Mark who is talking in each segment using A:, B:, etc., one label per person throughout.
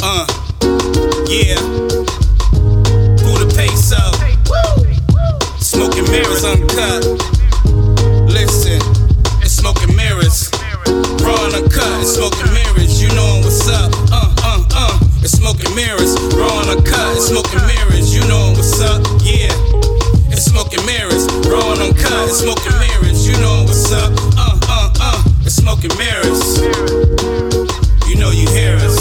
A: Uh, yeah. Buddha peso. Smoking mirrors uncut. Listen, it's smoking mirrors. Raw and uncut, it's smoking mirrors. You know what's up. Uh, uh, uh. It's smoking mirrors. Raw and uncut, it's smoking mirrors. You know what's up. Yeah. It's smoking mirrors. Raw and uncut, it's smoking mirrors. You know what's up. Uh, uh, uh. It's smoking mirrors. You know you hear us.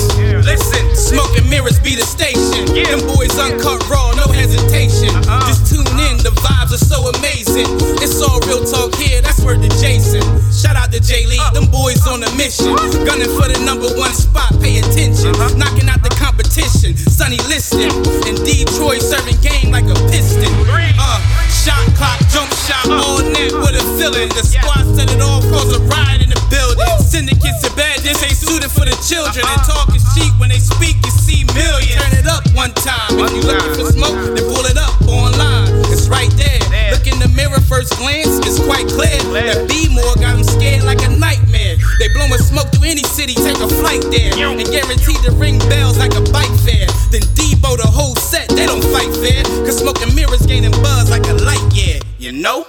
A: Listen, smoking mirrors be the station. Them boys uncut raw, no hesitation. Just tune in, the vibes are so amazing. It's all real talk here, that's word to Jason. Shout out to J Lee, them boys on a mission. Gunning for the number one spot, pay attention. Knocking out the competition, Sonny listen. In Detroit, serving game like a piston. Uh, shot clock, jump shot, all net with a feeling. The squad set it off, cause a riot in the building. Syndicates are bad, this ain't suited for the children. And talk is cheap when they speak, you see millions. Turn it up one time. If you looking for smoke, then pull it up online. It's right there. Look in the mirror, first glance, it's quite clear. That B more got 'em scared like a nightmare. They blowing smoke through any city, take a flight there. And guaranteed to ring bells like a bike fair. Then Debo, the whole set, they don't fight fair. Cause smoking mirrors gaining buzz like a light, yeah. You know?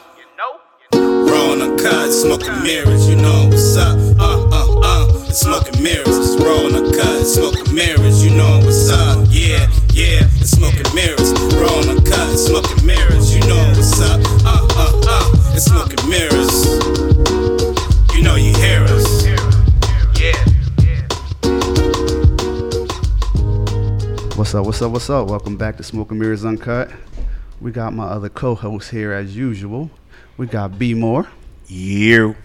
A: Rolling a cut, smoking mirrors, you know what's up. Uh, uh, uh, it's smoking mirrors. Rolling a cut, smoking mirrors, you know what's up. Yeah, yeah, it's smoking mirrors. Rolling a cut, it's smoking mirrors, you know what's up. Uh, uh, uh, it's smoking mirrors. You know you hear us.
B: What's up, what's up, what's up? Welcome back to Smoke and Mirrors Uncut. We got my other co hosts here as usual. We got B Moore.
C: You.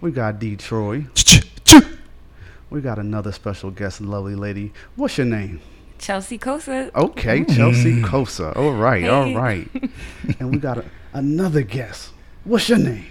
B: We got Detroit. We got another special guest, lovely lady. What's your name?
D: Chelsea Cosa.
B: Okay, Chelsea Kosa. All right, all
D: Hey.
B: right. and we got a, another guest. What's your name?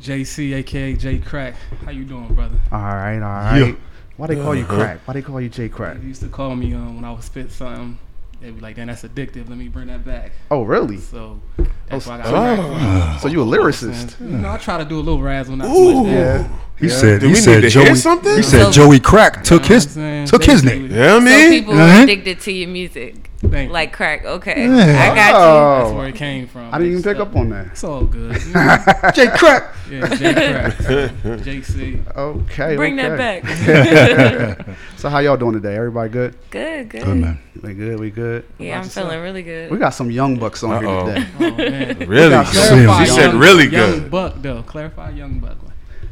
E: JC, aka J Crack. How you doing, brother?
B: All right, all right. Why they call you
C: Uh-huh.
B: crack? Why they call you J Crack?
E: They used to call me um, when I would spit something. They'd be like, "Damn, that's addictive. Let me bring that back."
B: Oh, really?
E: So that's why I got. Crack.
B: So you a lyricist?
E: You know, I try to do a little razz when I
C: Ooh.
E: switch that.
F: He said,
C: Do
F: he
C: we
F: said
C: need to
F: Joey,
C: hear something?
F: He said
D: So-
F: Joey Crack took his
E: You know what I'm saying?
F: took his
E: Basically,
F: name.
C: Yeah, I
D: So
C: mean,
D: people are
F: Uh-huh.
D: addicted to your music.
E: Thank you.
D: Like crack. Okay.
F: Yeah.
D: I got
E: That's
B: Oh,
E: where it came from.
B: I didn't even
E: So-
B: pick up on that.
E: It's all good. You know?
F: J Crack.
E: yeah, J Crack, JC.
B: Okay.
D: you. Bring
B: Oh, okay.
D: that back.
B: So how y'all doing today? Everybody good?
D: good, good.
F: Good Oh, man.
B: We good. We good.
D: Yeah, I'm feeling really good.
B: We got some young bucks on
C: Uh-oh.
B: here today.
E: Oh man.
C: really
B: Clarify,
C: good. She said
E: young,
C: really
E: young
C: good.
E: Buck though. Clarify young buck.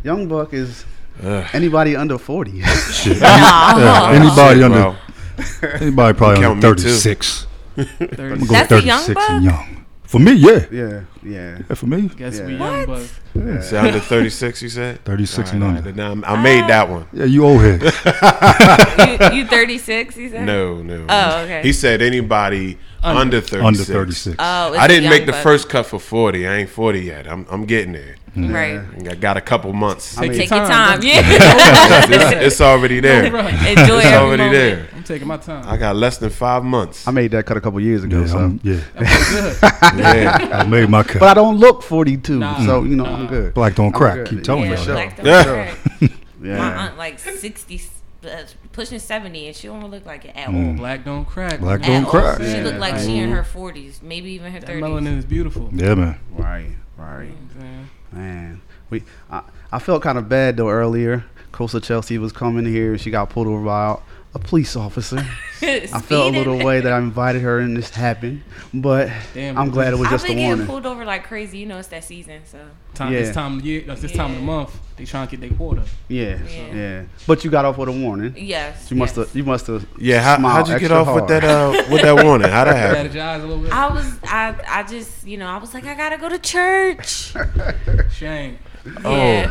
B: Young buck is
C: Ugh.
B: anybody under forty.
F: Yeah, anybody under
C: Wow.
F: anybody probably
C: You
F: under
C: count me too.
F: thirty six.
E: Thirty.
F: I'm gonna
D: That's
F: go
D: a
F: thirty
D: young
F: six and
D: buck?
F: young. For me, yeah.
B: yeah, yeah.
F: yeah for me,
E: Guess we
B: Yeah.
E: young buck.
C: Sound of 36, you said?
F: thirty six and
C: Alright,
F: under.
C: then I'm- I made that one.
F: Yeah, you old head.
D: you, you 36? You said?
C: No, no.
D: Oh, okay.
C: He said anybody under, 36.
F: under thirty six.
D: Oh, it's
C: I didn't
D: young
C: make the
D: buck.
C: first cut for 40. I ain't 40 yet. I'm, I'm getting there.
D: Right.
C: I got a couple months.
B: mean-
D: Take your
E: Time,
D: time. Yeah.
C: it's, it's already there.
E: Right.
C: It's
D: Enjoy every
C: already
D: moment.
C: there.
E: I'm taking my time.
C: I got less than five months.
B: I made that cut a couple years ago,
F: yeah,
B: so.
F: I'm- yeah.
C: yeah.
F: I made my cut.
B: but I don't look forty-two,
E: Nah.
B: so you know I'm good.
F: Black don't crack.
B: good.
F: Keep telling
D: Yeah,
F: you.
B: sure.
D: black don't
C: Yeah.
D: crack. My
B: Yeah.
D: aunt like 60, uh, pushing 70, and she don't look like it at all.
E: Black Mm. don't crack.
F: Black
D: At
F: don't
D: all.
F: crack.
D: She looked
E: Yeah.
D: like she in her 40s, maybe even her
E: That
D: 30s.
E: melanin is beautiful.
F: Yeah, man.
E: Uh-uh.
B: Right. Right.
E: Man.
B: Man, we I, I felt kind of bad though earlier. Coastal Chelsea was coming here and she got pulled over by a police officer. I felt a little
D: Speeding.
B: way that I invited her and this happened, but
E: Damn,
B: I'm glad it was
D: I've
B: just a
D: been getting
B: warning.
D: pulled over like crazy. You know, it's that season, so.
E: Time,
B: Yeah.
E: This time of year, that's this time of the
D: Yeah.
E: month, they trying to get their quarter.
B: Yeah, yeah,
D: Yeah.
B: But you got off with a warning.
D: Yes.
B: You must
D: yes.
B: have. You must have.
C: Yeah, how,
B: Smile
C: how'd you get
B: extra
C: off with
B: hard.
C: that uh with that warning? How'd that
E: Out
C: happen?
E: of your eyes a little bit.
D: I was, I, I just, you know, I was like, I gotta go to church.
E: Shame.
D: Yeah.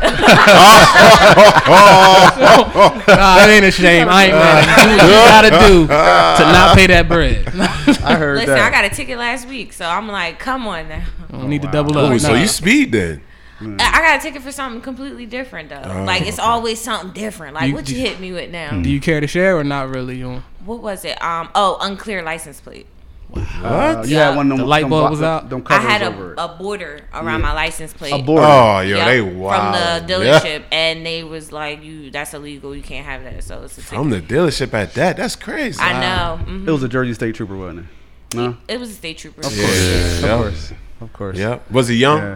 C: Oh.
E: Nah, it ain't a shame. I ain't
D: Uh,
B: Uh.
E: mad. You gotta do to not pay that bread.
B: I heard
D: Listen, I
B: that.
D: got a ticket last week, so I'm like, come on now.
E: I need to double up.
C: Ooh, Oh, so
E: Nah.
C: you speed then?
B: Mm.
D: I I got a ticket for something completely different though.
C: Oh,
D: like it's always something different. Like
E: You-
D: what you
E: you-
B: Mm.
D: hit me with now?
E: do you care to share or not really? You know?
D: What was it? Um. Oh, unclear license plate.
B: Uh, you had one of them,
E: The light
B: them
E: bulb
B: blo-
E: was out?
B: Them
D: I
B: covers
D: had
B: over it.
D: a, a border around my license plate.
B: A border.
C: Oh, yo,
D: Yup,
C: they wild.
D: from the
C: Yeah.
D: dealership, and they was like, "You, that's illegal. You can't have that." So it's a ticket.
C: From the dealership at that. That's crazy.
D: I know. mhm.
B: It was a Jersey State Trooper, wasn't it? No.
D: It was a state trooper.
C: Yeah,
B: Of
C: yeah.
B: course. Of course.
C: Yeah. Was he young?
B: Yeah.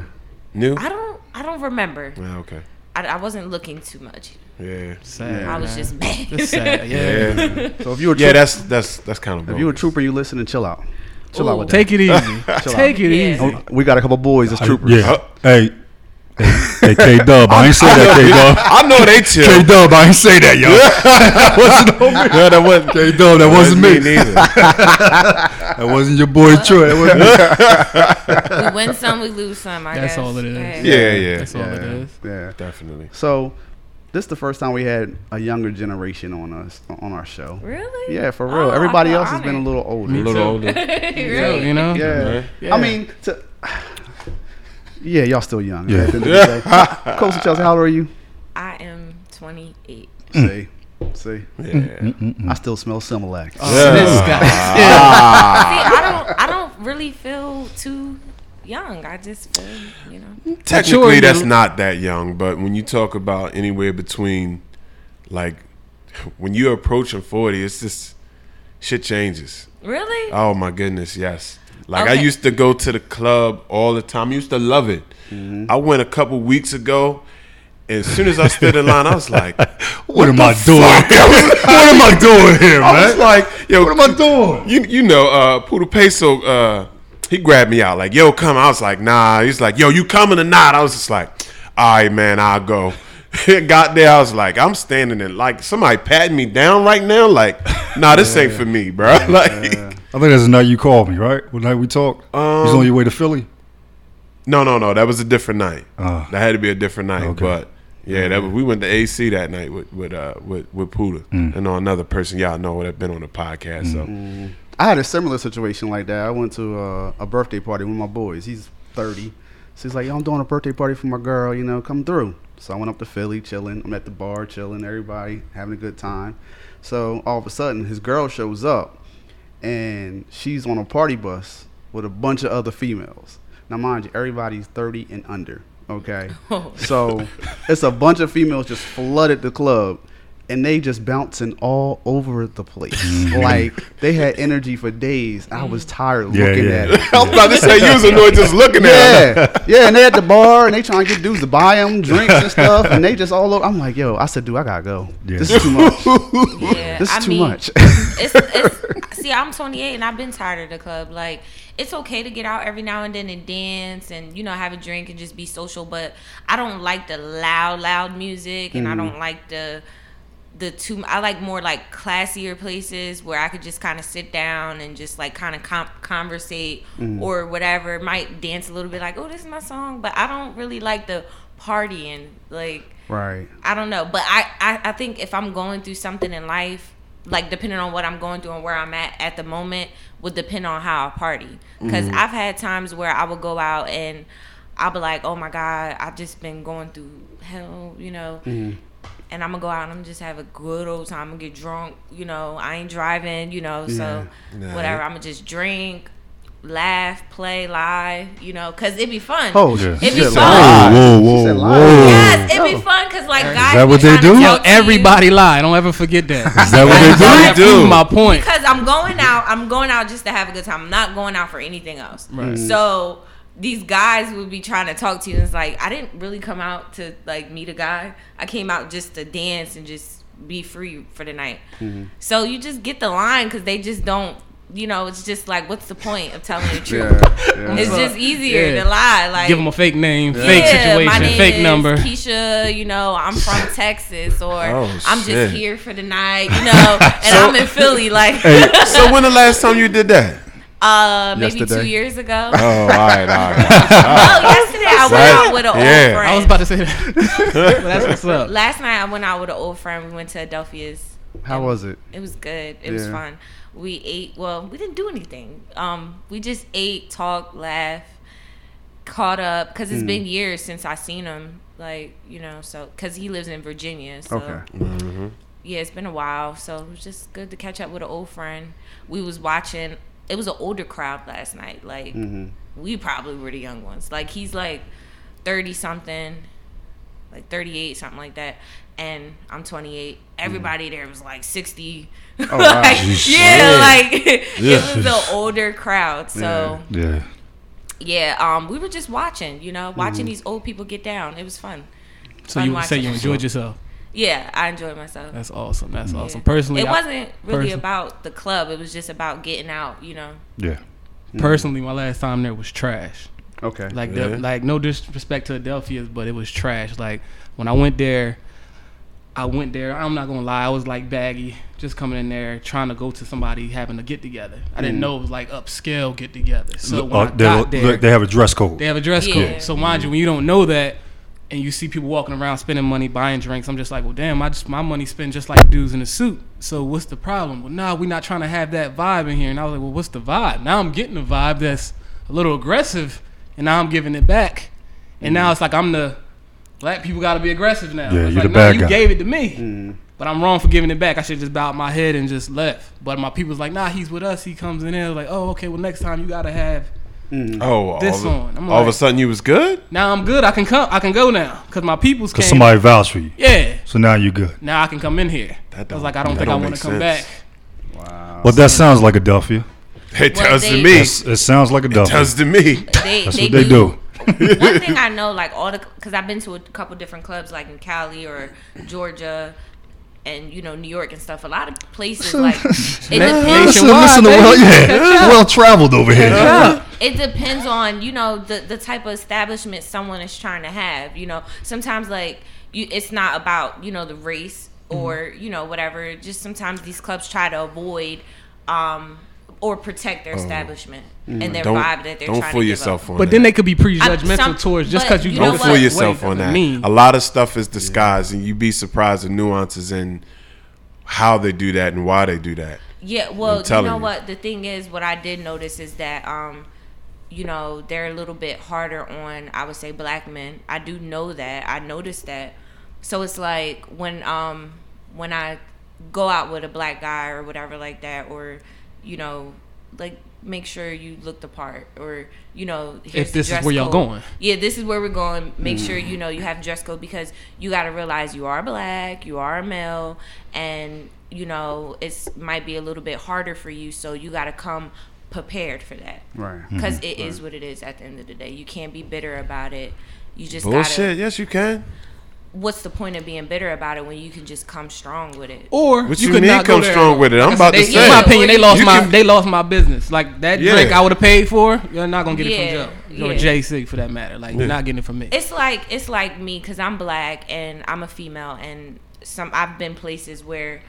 C: New?
D: I don't. I don't remember.
C: Yeah, okay.
D: I, I wasn't looking too much.
C: Yeah.
E: Sad.
D: I was
E: man.
D: just
E: It's
D: mad.
E: sad. Yeah.
C: Yeah.
B: So if you were
C: yeah, that's that's that's kind of
B: if you were a trooper, you listen and chill out. Chill out with that.
E: Take it easy. Take it
D: Yeah.
E: easy.
B: Oh, we got a couple boys as troopers.
F: Yeah.
C: Huh?
F: Hey. Hey, hey K Dub. I ain't say that
C: I know they
F: K Dub. K
C: chill.
F: Dub. I ain't say that, yo. that wasn't on me.
C: no, that wasn't
F: K Dub. That wasn't me.
C: neither.
F: That wasn't your boy Troy. That wasn't me.
D: we win some, we lose some. I
E: That's
D: guess.
E: all it is.
D: Yeah.
C: Yeah, yeah.
E: That's all it is.
B: Yeah.
C: Definitely.
B: So this the first time we had a younger generation on us on our show.
D: Really?
B: Yeah, for
D: Oh,
B: real.
D: I
B: Everybody
D: feel
B: else has been a
D: honored.
B: little older.
C: A little older.
E: So,
D: really?
E: you know?
B: Yeah.
E: Yeah.
B: I mean, to, yeah, y'all still young.
F: Yeah.
B: At the end of the day. Coach Chelsea, how old are you?
D: I am 28.
B: See, see,
C: Yeah.
B: I still smell Similac.
E: This guy.
B: Ah.
D: See, I don't. I don't really feel too young. I just feel, you know.
C: Technically,
E: Mature,
C: that's
E: dude.
C: not that young, but when you talk about anywhere between, like, when you're approaching 40, it's just shit changes.
D: Really?
B: Ah.
C: Oh my goodness, yes. Like I
D: Okay.
C: used to go to the club all the time. I used to love it. I went a couple weeks ago, and as soon as I stood in line, I was like,
F: What am I doing? what am I doing here,
C: I was
F: man?
C: like, yo,
F: What am I doing?
C: you you know, uh, Poodle Peso, uh, he grabbed me out like, yo, come. I was like, nah. He's like, yo, you coming or not? I was just like, all right, man, I'll go. Got there, I was like, I'm standing in like somebody patting me down right now. Like, nah, this ain't for me, bro. Like,
F: I think that's the night you called me, right? What night we talked? you was on your way to Philly.
C: No, no, no. That was a different night.
F: Ah.
C: that had to be a different night.
F: Okay.
C: But yeah, that was, we went to AC that night with with uh, with, with Puda and on another person y'all know that been on the podcast. So
B: I had a similar situation like that. I went to uh, a birthday party with my boys. He's 30. So he's like, yo, I'm doing a birthday party for my girl, you know, come through. So I went up to Philly, chilling. I'm at the bar, chilling, everybody having a good time. So all of a sudden, his girl shows up and she's on a party bus with a bunch of other females. Now, mind you, everybody's 30 and under, okay? So it's a bunch of females just flooded the club and they just bouncing all over the place.
F: Mm.
B: like they had energy for days. I was tired
F: Yeah,
B: looking
F: yeah.
B: at it.
C: I was about to say you was annoyed just looking at it.
B: Yeah, yeah, and they at the bar and they trying to get dudes to buy them drinks and stuff, and they just all over. I'm like, yo, I said, dude, I gotta go.
F: Yeah.
B: This is too much.
D: Yeah,
B: This is
D: I
B: too
D: mean,
B: much.
D: it's, it's, see, I'm 28 and I've been tired of the club. Like, it's okay to get out every now and then and dance and you know have a drink and just be social, but I don't like the loud, loud music and I don't like the the two. I like more like classier places where I could just kind of sit down and just like kind of com- conversate or whatever. Might dance a little bit, like, oh, this is my song, but I don't really like the partying, like.
B: Right.
D: I don't know, but I, I I think if I'm going through something in life, like depending on what I'm going through and where I'm at at the moment, would depend on how I party. Because I've had times where I would go out and I'll be like, oh my god, I've just been going through hell, you know. And I'm gonna go out and I'm just have a good old time. I'm gonna get drunk, you know. I ain't driving, you know, so
C: Nah.
D: whatever. I'm gonna just drink, laugh, play live, you know, cause it'd be fun.
B: Oh,
F: Yeah.
B: she
D: It'd be
B: said
D: fun.
B: live.
F: Whoa,
B: She
F: whoa,
B: said Oh.
F: whoa.
B: live.
D: Yes, it'd be fun because like guys.
F: that what they do?
E: Yo, everybody lie. Don't ever forget
F: Is
E: that.
F: that what they do?
E: That
C: do.
E: proved my point.
D: Because I'm going out. I'm going out just to have a good time. I'm not going out for anything else.
B: Mm.
D: So these guys would be trying to talk to you. And it's like I didn't really come out to like meet a guy. I came out just to dance and just be free for the night.
B: Mm-hmm.
D: So you just get the line because they just don't. You know, it's just like, what's the point of telling the truth?
B: Yeah, yeah.
D: It's just easier
E: Yeah.
D: to lie. Like
E: Give them a fake name, fake situation, fake number.
D: Keisha, you know, I'm from Texas, or
C: Oh,
D: I'm
C: shit.
D: just here for the night, you know, and I'm in Philly, like
C: So when the last time you did that?
D: uh, maybe
B: Yesterday.
D: two years ago.
C: Oh,
D: Oh,
C: all right, all right.
D: yesterday I went
C: Right.
D: out with an
C: Yeah.
D: old friend.
E: I was about to say that. But that's what's up.
D: Last night I went out with an old friend. We went to Adelphia's.
B: How was it?
D: It was good. It was
B: Yeah.
D: fun. We ate. Well, we didn't do anything. Um, we just ate, talked, laughed, caught up. Cause it's been years since I seen him. Like you know, so cause he lives in Virginia. So.
B: Okay.
D: yeah, it's been a while, so it was just good to catch up with an old friend. We was watching it was an older crowd last night. Like we probably were the young ones. Like he's like thirty something, like thirty eight something like that. And I'm 28. Everybody there was like 60.
B: wow.
D: like, yeah, like
F: Yeah.
D: it was an older crowd. So
F: Yeah.
D: yeah, um, we were just watching, you know, watching these old people get down. It was fun.
E: So
D: Fun
E: you would say
D: watching.
E: you enjoyed yourself.
D: Yeah, I enjoyed myself.
E: That's awesome. That's
D: Yeah.
E: awesome. Personally,
D: it
E: I-
D: wasn't really
E: person-
D: about the club. It was just about getting out, you know.
F: Yeah.
E: personally, my last time there was trash.
B: Okay.
E: Like,
C: Yeah.
E: the, like no disrespect to Adelphia's, but it was trash. Like when I went there, I went there. I'm not gonna lie, I was like baggy, just coming in there trying to go to somebody having a get together. I didn't know it was like upscale get together. So when
F: Uh,
E: I
F: they,
E: got there,
F: look, they have a dress code.
E: They have a dress
D: Yeah.
E: code. So mind you, when you don't know that, and you see people walking around spending money buying drinks, I'm just like, well, damn, I just my money spent just like dudes in a suit. So what's the problem? Well, nah, we're not trying to have that vibe in here. And I was like, well, what's the vibe? Now I'm getting the vibe that's a little aggressive, and now I'm giving it back. And now it's like I'm the black people got to be aggressive now.
F: Mm. Yeah,
E: It's
F: you
E: like,
F: the
E: nah,
F: bad
E: you
F: guy. Mm.
E: gave it to me. But I'm wrong for giving it back. I should just bow my head and just left. But my people's like, nah, he's with us. He comes in there like, oh, okay. Well, next time you gotta have
C: Oh, all,
E: This
C: of, a-
E: one. I'm
C: all of a
E: like-
C: sudden you was good.
E: Now I'm good. I can come. I can go now because my people's came.
F: Because somebody vouched for you.
E: yeah.
F: So now you're good.
E: Now I can come in here.
C: That
E: I
C: don't-
E: was like, I don't
C: that
E: think I
C: don't
E: want
C: make
E: to come
C: sense.
E: back.
F: Well, that sounds like Adelphia.
C: It
D: Well,
C: does to
D: they-
C: me.
F: It's, it sounds like Adelphia.
C: Does to me.
D: They
F: That's what they do.
D: One thing I know, like all the, because I've been to a couple different clubs, like in Cali or Georgia, and you know New York and stuff. A lot of places, like it depends.
F: Listen, listen to
E: baby.
F: well, yeah,
E: Catch
F: well traveled over here.
D: It depends on you know the the type of establishment someone is trying to have. You know, sometimes like you, it's not about you know the race
C: Mm-hmm.
D: or you know whatever. Just sometimes these clubs try to avoid. um or protect their establishment and their
C: Oh. Mm. Don't
D: vibe that they're
C: don't
D: trying
C: fool
D: to give
C: yourself
D: up.
C: on.
E: But
C: that.
E: then they could be prejudgmental
D: some-
E: towards just
D: but
E: because you,
D: you
E: know
D: know
C: don't
D: what?
C: fool yourself on that.
E: Mean.
C: A lot of stuff is disguised, and you'd be surprised at nuances and how they do that and why they do that.
D: Yeah, well, you
C: telling
D: know
C: you.
D: what? The thing is, what I did notice is that, um, you know, they're a little bit harder on, I would say, black men. I do know that. I noticed that. So it's like when, um, when I go out with a black guy or whatever like that, or, you know, like make sure you look the part, or you know, here's
E: If
D: the
E: this is
D: dress
E: where y'all
D: code.
E: going.
D: Yeah, this is where we're going. Make sure
B: Mm-hmm.
D: you know you have dress code because you got to realize you are black, you are a male, and you know it's might be a little bit harder for you. So you got to come prepared for that
B: Right.
D: because it is what it is. At the end of the day, you can't be bitter about it. You just
C: Bullshit.
D: gotta.
C: Yes, you can.
D: What's the point of being bitter about it when you can just come strong with it?
E: Or
C: What
E: you,
C: you
E: could
C: mean
E: not
C: come
E: go there.
C: strong with it? I'm
E: Like I
C: about
E: said,
C: to
E: they-
C: say.
E: In my opinion, they lost
C: You
E: my
C: can-
E: they lost my business. Like that
C: Yeah.
E: drink I would have paid for, you're not gonna get
D: Yeah,
E: it from Joe or
D: yeah.
E: Jay Z for that matter. Like you're not getting it from me.
D: it's like it's like me because I'm black and I'm a female and some I've been places where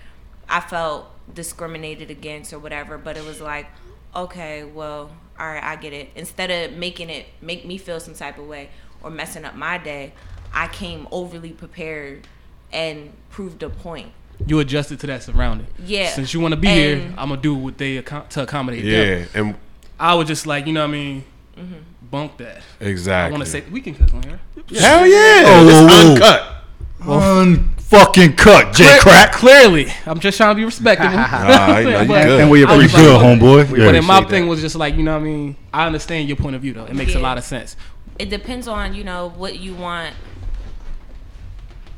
D: I felt discriminated against or whatever, but it was like, okay, well, all right, I get it. Instead of making it make me feel some type of way or messing up my day, I came overly prepared and proved a point.
E: you adjusted to that surrounding.
D: Yeah.
E: Since you want to be here,
D: And-
E: I'm gonna do what they accom- to accommodate them.
C: Yeah, and
E: I was just like, you know what I mean?
D: Mm-hmm.
E: Bunk that. I
C: exactly.
E: want to say we can cook on here.
C: hell yeah.
F: Oh,
C: it's
F: whoa, whoa.
C: uncut.
F: Unfucking cut, J Crack.
E: Clearly, I'm just trying to be respectable.
C: Nah, I- nah, you
E: But-
C: good.
B: And we
E: I was
F: You
B: appreciate
E: like, "Look."
F: good, homeboy?
E: But
F: Yeah.
E: then my
B: Appreciate
E: thing
B: that.
E: was just like, you know what I mean? I understand your point of view though. It makes a
D: Yeah.
E: lot of sense.
D: It depends on you know what you want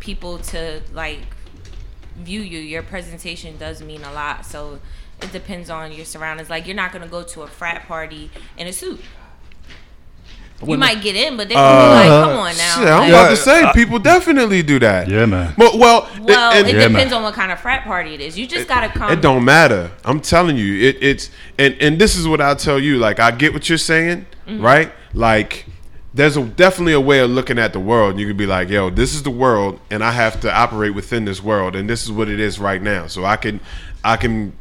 D: people to like view you. Your presentation does mean a lot, so it depends on your surroundings. Like you're not gonna go to a frat party in a suit. You
E: Wouldn't-
D: might get in, but they gonna be like, "Come on now."
C: Uh-huh. Shit, I'm
D: Like,
C: about to say people definitely do that.
F: Yeah, man.
C: Well, well, it-
D: well,
C: it-
D: it,
F: Yeah,
D: depends
F: man.
D: on what kind of frat party it is. You just gotta come.
C: It don't matter. I'm telling you, it, it's and and this is what I tell you. Like I get what you're saying,
D: Mm-hmm.
C: right? Like there's a, definitely a way of looking at the world. You could be like, yo, this is the world, and I have to operate within this world, and this is what it is right now. So I can, I can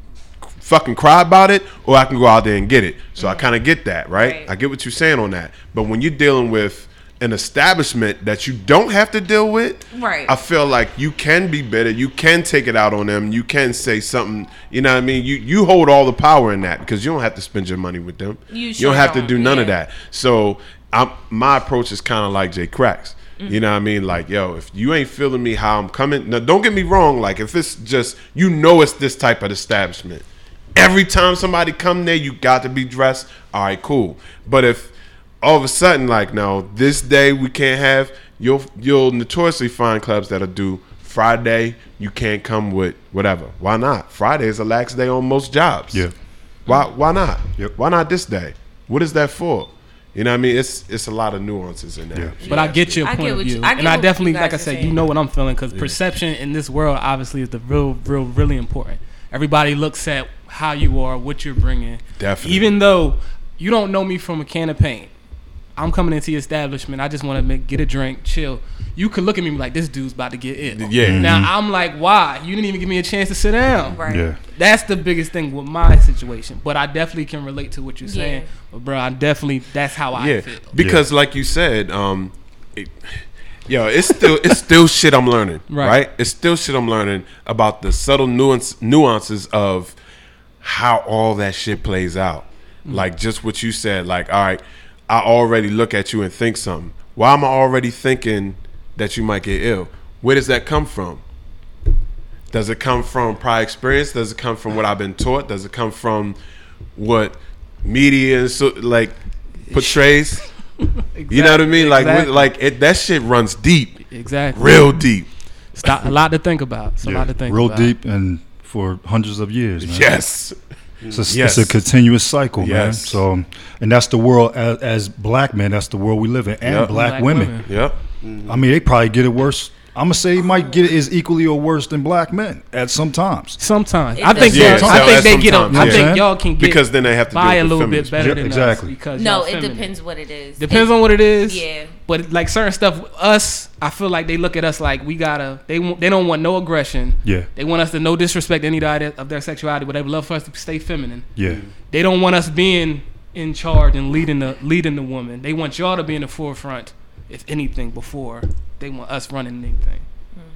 C: fucking cry about it or I can go out there and get it. So I kind of get that, right?
D: Mm-hmm. Right.
C: I get what you're saying on that. But when you're dealing with an establishment that you don't have to deal with,
D: Right.
C: I feel like you can be better. You can take it out on them. You can say something. You know what I mean? You you hold all the power in that because you don't have to spend your money with them.
D: You
C: don't
D: sure
C: have to
D: don't,
C: do none of
D: yeah.
C: that. So I'm my approach is kind of like Jay Cracks. You know what I mean? Like, yo, if you ain't feeling me how I'm coming, now don't get me wrong. Like, if it's just you know it's this type of establishment, every time somebody come there, you got to be dressed. All right, cool. But if all of a sudden, like, no, this day we can't have, you'll you'll notoriously find clubs that'll do Friday. You can't come with whatever. Why not? Friday is a lax day on most jobs.
F: Yeah.
C: Why why not?
F: Yep.
C: Why not this day? What is that for? You know what I mean? It's it's a lot of nuances in that.
F: Yeah.
E: But I get your
D: I get
E: point of
D: what you-
E: view,
D: I get
E: and I
D: what you
E: definitely,
D: guys
E: like I
D: are
E: said, you
D: saying.
E: know what I'm feeling because perception in this world obviously is the real, real, really important. Everybody looks at how you are, what you're bringing.
C: Definitely.
E: Even though you don't know me from a can of paint, I'm coming into your establishment. I just want to get a drink, chill. You could look at me and be like, this dude's about to get it.
C: Yeah. Mm-hmm.
E: Now I'm like, why? You didn't even give me a chance to sit down.
D: Right.
F: Yeah.
E: That's the biggest thing with my situation. But I definitely can relate to what you're
D: Yeah.
E: saying. But bro, I definitely that's how I
C: yeah,
E: feel.
C: because like you said, um, it, yo, it's still it's still shit I'm learning,
E: Right.
C: right. It's still shit I'm learning about the subtle nuance nuances of how all that shit plays out. Like just what you said, like all right, I already look at you and think something. Why am I already thinking that you might get ill? Where does that come from? Does it come from prior experience? Does it come from what I've been taught? Does it come from what media and so, like portrays? You know what I mean? Like,
E: Exactly.
C: we- like it, that shit runs deep,
E: Exactly.
C: real deep.
E: It's not- a lot to think about. It's a lot to think
F: real
E: about.
F: deep and for hundreds of years. Man.
C: Yes,
F: It's a,
C: Yes.
F: it's a continuous cycle, man.
C: Yes.
F: So, and that's the world as, as black men. That's the world we live in, and
C: Yep.
F: black,
E: Black
F: women.
E: women.
C: yep,
F: I mean, they probably get it worse. I'm gonna say they might get it as equally or worse than black men at some times.
E: Sometimes
D: It
E: I think
D: does.
E: y'all-
D: Yeah,
C: so
E: I think
C: that's
E: they get a,
C: sometimes,
E: I
F: yeah.
E: think y'all can get
C: because then they have to
E: buy
C: deal
E: a
C: with
E: little bit
C: feminists.
E: better
F: Yeah,
E: than
F: exactly.
E: us because
D: No,
E: y'all
D: it
E: feminine.
D: depends what it is.
E: Depends
D: It-
E: on what it is.
D: Yeah.
E: But like certain stuff, us, I feel like they look at us like we gotta. They want- they don't want no aggression.
F: Yeah.
E: They want us to no disrespect any idea of their sexuality, but they would love for us to stay feminine.
F: Yeah,
E: They don't want us being in charge and leading the leading the woman. They want y'all to be in the forefront, if anything, before they want us running anything.